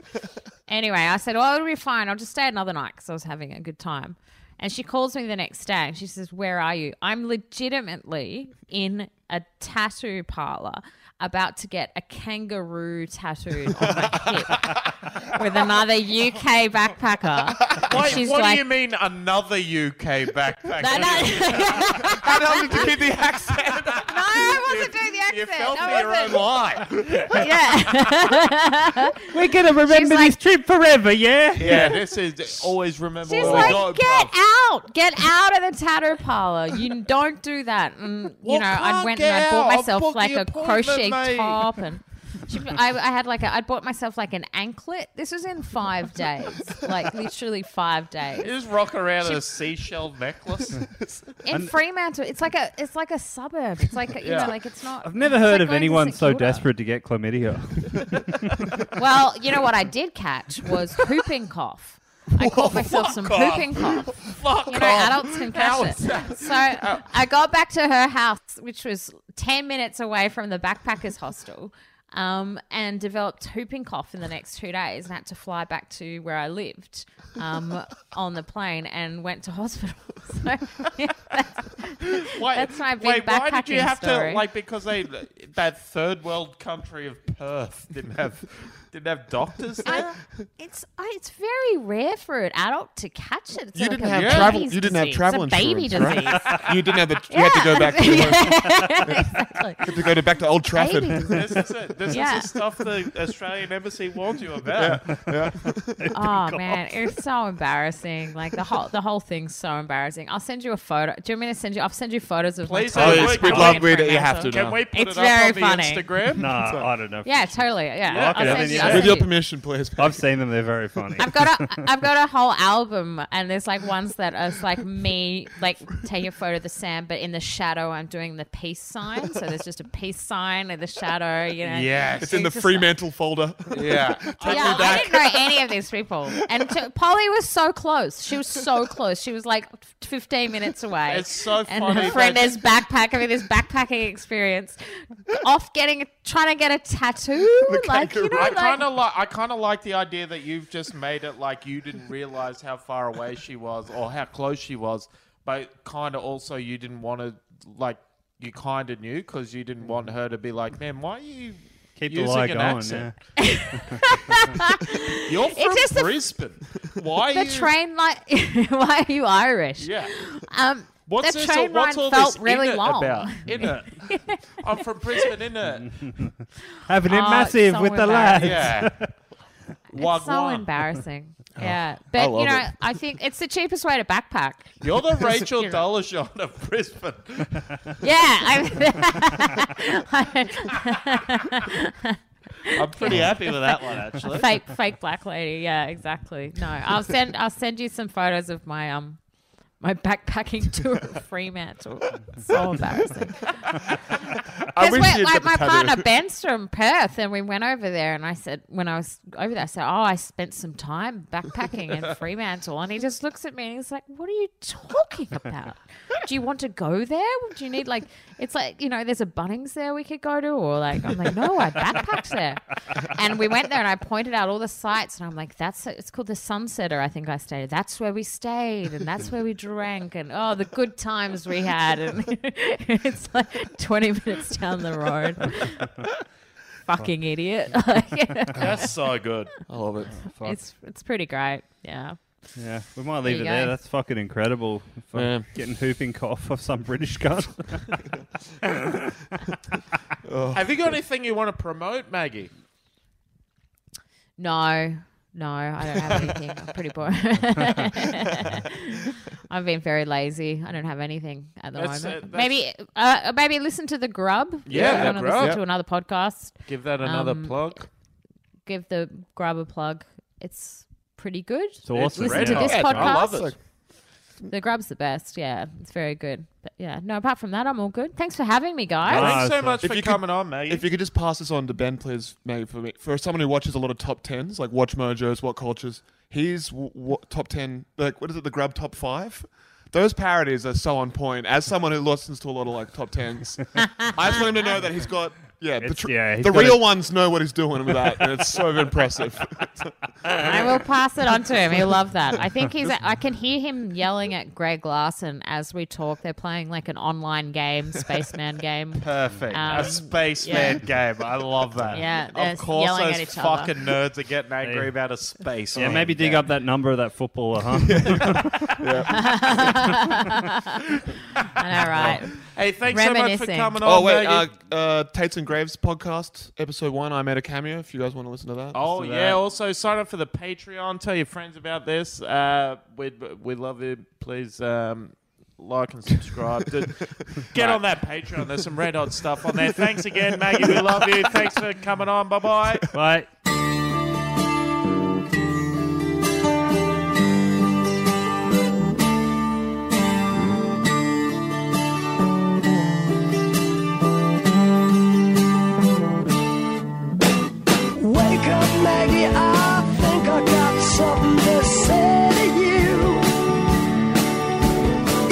Anyway, I said, "Oh, it'll be fine. I'll just stay another night because I was having a good time." And she calls me the next day and she says, "Where are you?" I'm legitimately in a tattoo parlor. About to get a kangaroo tattooed on (laughs) my hip with another UK backpacker. And Wait, she's what like, do you mean another UK backpacker? no, no. How the hell (laughs) did you get the accent? No, I wasn't doing the accent. You fell I for your own wasn't. lie. Yeah. (laughs) We're gonna remember this like- trip forever, yeah. Yeah, this is always remember. She's where we like, got it get from." out, get out of the tattoo parlor. You don't do that. And, you Well, know, I can't went get and I bought out. I'll myself book like the a appointment, crochet mate. (laughs) top and. She, I, I had like a, I bought myself like an anklet. This was in five days, like literally five You days. just rock around in a seashell (laughs) necklace. (laughs) In Fremantle, it's like a, it's like a suburb. It's like, you Yeah. know, like it's not. I've never it's heard like of going to anyone St. so Kilda. desperate to (laughs) get chlamydia. (laughs) Well, you know what I did catch was whooping cough. I caught myself some whooping cough. Fuck You know, adults can catch it. So uh, I got back to her house, which was 10 minutes away from the backpackers hostel, um, and developed whooping cough in the next two days and had to fly back to where I lived um, on the plane and went to hospital. (laughs) So, yeah, that's- Why, That's my big wait, why did you backpacking have story. to like because they that third world country of Perth didn't have didn't have doctors there? I, Um, it's I, it's very rare for an adult to catch it. It's You like didn't a have baby's travel- you didn't have disease. travel It's a baby insurance, right? disease. (laughs) you didn't have the. You had to go back. To, (laughs) you exactly. had to go to back to Old Trafford. (laughs) Baby disease. this is it. This Yeah. is the stuff the Australian embassy warned you about. Oh man, it was so embarrassing. Like the whole the whole thing's so embarrassing. I'll send you a photo. Do you want me to send you? I'll send you photos of Please my Oh, do. time Yes, at we'd Adelaide love- Fremantle. we'd- you have to. Can we put it It's up very on the funny. Instagram? nah, I don't know. Yeah, totally. Yeah, Okay, I'll then send you. yeah. I'll With send your you. permission, please. Oh, I've seen them; they're very funny. I've got a I've got a whole album and there's like ones that are like me like taking a photo of the sand but in the shadow I'm doing the peace sign so there's just a peace sign in the shadow you know Yes. It's in the It's just Fremantle folder. (laughs) yeah. yeah, I didn't know any of these people. And to, Polly was so close. She was so close. She was like 15 minutes away. It's so and funny her friend that- is backpacking, having this backpacking experience, off getting, trying to get a tattoo. like, you know, I like, kind of like. I kind of like the idea that you've just made it like you didn't realize how far away she was or how close she was, but kind of also you didn't want to like. You kind of knew because you didn't want her to be like, "Man, why are you Keep the using lie an accent? going. (laughs) You're from just the- Brisbane. why are the you? train like, (laughs) why are you Irish? yeah. Um, What's the this? train what's ride all felt this really in long. (laughs) about? In it. I'm from Brisbane. In it. yeah. Having it Oh, it's massive so with the lads. Yeah. embarrassing. Wagwan. It's (laughs) so embarrassing. Yeah, Oh. I but love you know, it. I think it's the cheapest way to backpack. You're the Rachel Dolezal of (laughs) Brisbane. Yeah, I'm, I'm pretty happy with that one, actually. fake fake black lady. Yeah, exactly. No, I'll send I'll send you some photos of my um my backpacking (laughs) tour of Fremantle. So embarrassing. I Because wish you like had got the tattoo. my (laughs) partner Ben's from Perth, and we went over there, and I said when I was over there, I said, "Oh, I spent some time backpacking in Fremantle," and he just looks at me and he's like, "What are you talking about? Do you want to go there? Do you need like it's like you know, there's a Bunnings there we could go to, or like I'm like, no, I backpacked there, and we went there, and I pointed out all the sites, and I'm like, that's it's called the Sunsetter, I think I stayed. That's where we stayed, and that's where we drank, and oh, the good times we had, and (laughs) it's like 20 minutes down the road. Fucking idiot. (laughs) Like, That's so good. I love it. it's it's pretty great. Yeah. Yeah, we might leave you it go. there. That's fucking incredible. Fuck, Yeah. Getting whooping cough off some British (laughs) cunt. Have you got anything you want to promote, Maggie? No, no, I don't have anything. I'm pretty (laughs) bored. I've been very lazy. I don't have anything at the That's- moment. uh, that's- maybe, uh, maybe listen to the Grub. Yeah, If you The wanna Grub. listen Yeah. to another podcast. Give that another Um, plug. Give the Grub a plug. It's pretty good. It's awesome. Listen to yeah. this Yeah, podcast. I love it. The Grub's the best. Yeah, it's very good. But yeah, no. Apart from that, I'm all good. Thanks for having me, guys. Nice. Thanks so Awesome. much If for you could- coming on, Maggie. If you could just pass this on to Ben, please, maybe for me, for someone who watches a lot of top tens, like Watch Mojos, What Cultures, he's w- w- top ten, like what is it, the Grub top five? Those parodies are so on point. As someone who listens to a lot of like top (laughs) tens, I just want him to know that he's got yeah, the, It's- tr- yeah, he's the got real it. ones know what he's doing with that, and it's so impressive. I will pass it on to him. He'll love that. I think he's. I can hear him yelling at Greg Larson as we talk. They're playing like an online game, spaceman game. (laughs) Perfect. Um, a spaceman game. I love that. Yeah, they're Of course, yelling those at each other. fucking nerds are getting angry about a space. Yeah, maybe dig up that number of that footballer, (laughs) huh? I know, right? Hey, thanks so much for Reminiscing. coming on. oh wait, uh, Maggie. uh, Tates and Graves podcast episode one. I made a cameo. If you guys want to listen to that, Oh to yeah! that. Also, sign up for the Patreon. Tell your friends about this. Uh, we we love it. Please um, like and (laughs) subscribe. Dude, get on that Patreon. There's some red hot stuff on there. Thanks again, Maggie. We love you. Thanks for coming on. Bye bye. Bye. Wake up, Maggie, I think I got something to say to you.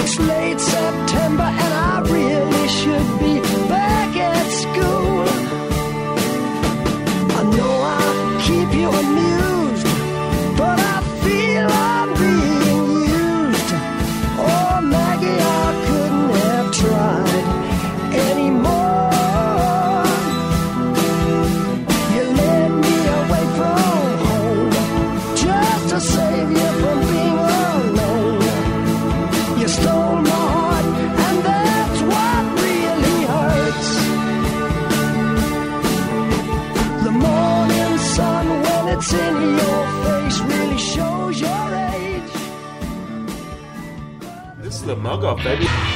It's late September and I really should be back at school. I know I keep you amused, but I feel I'm being used. Oh, Maggie, I couldn't have tried anymore. You led me away from home just to save you from being alone. You stole my heart, and that's what really hurts. The morning sun, when it's in your face, really shows your age. This is the mug off, baby.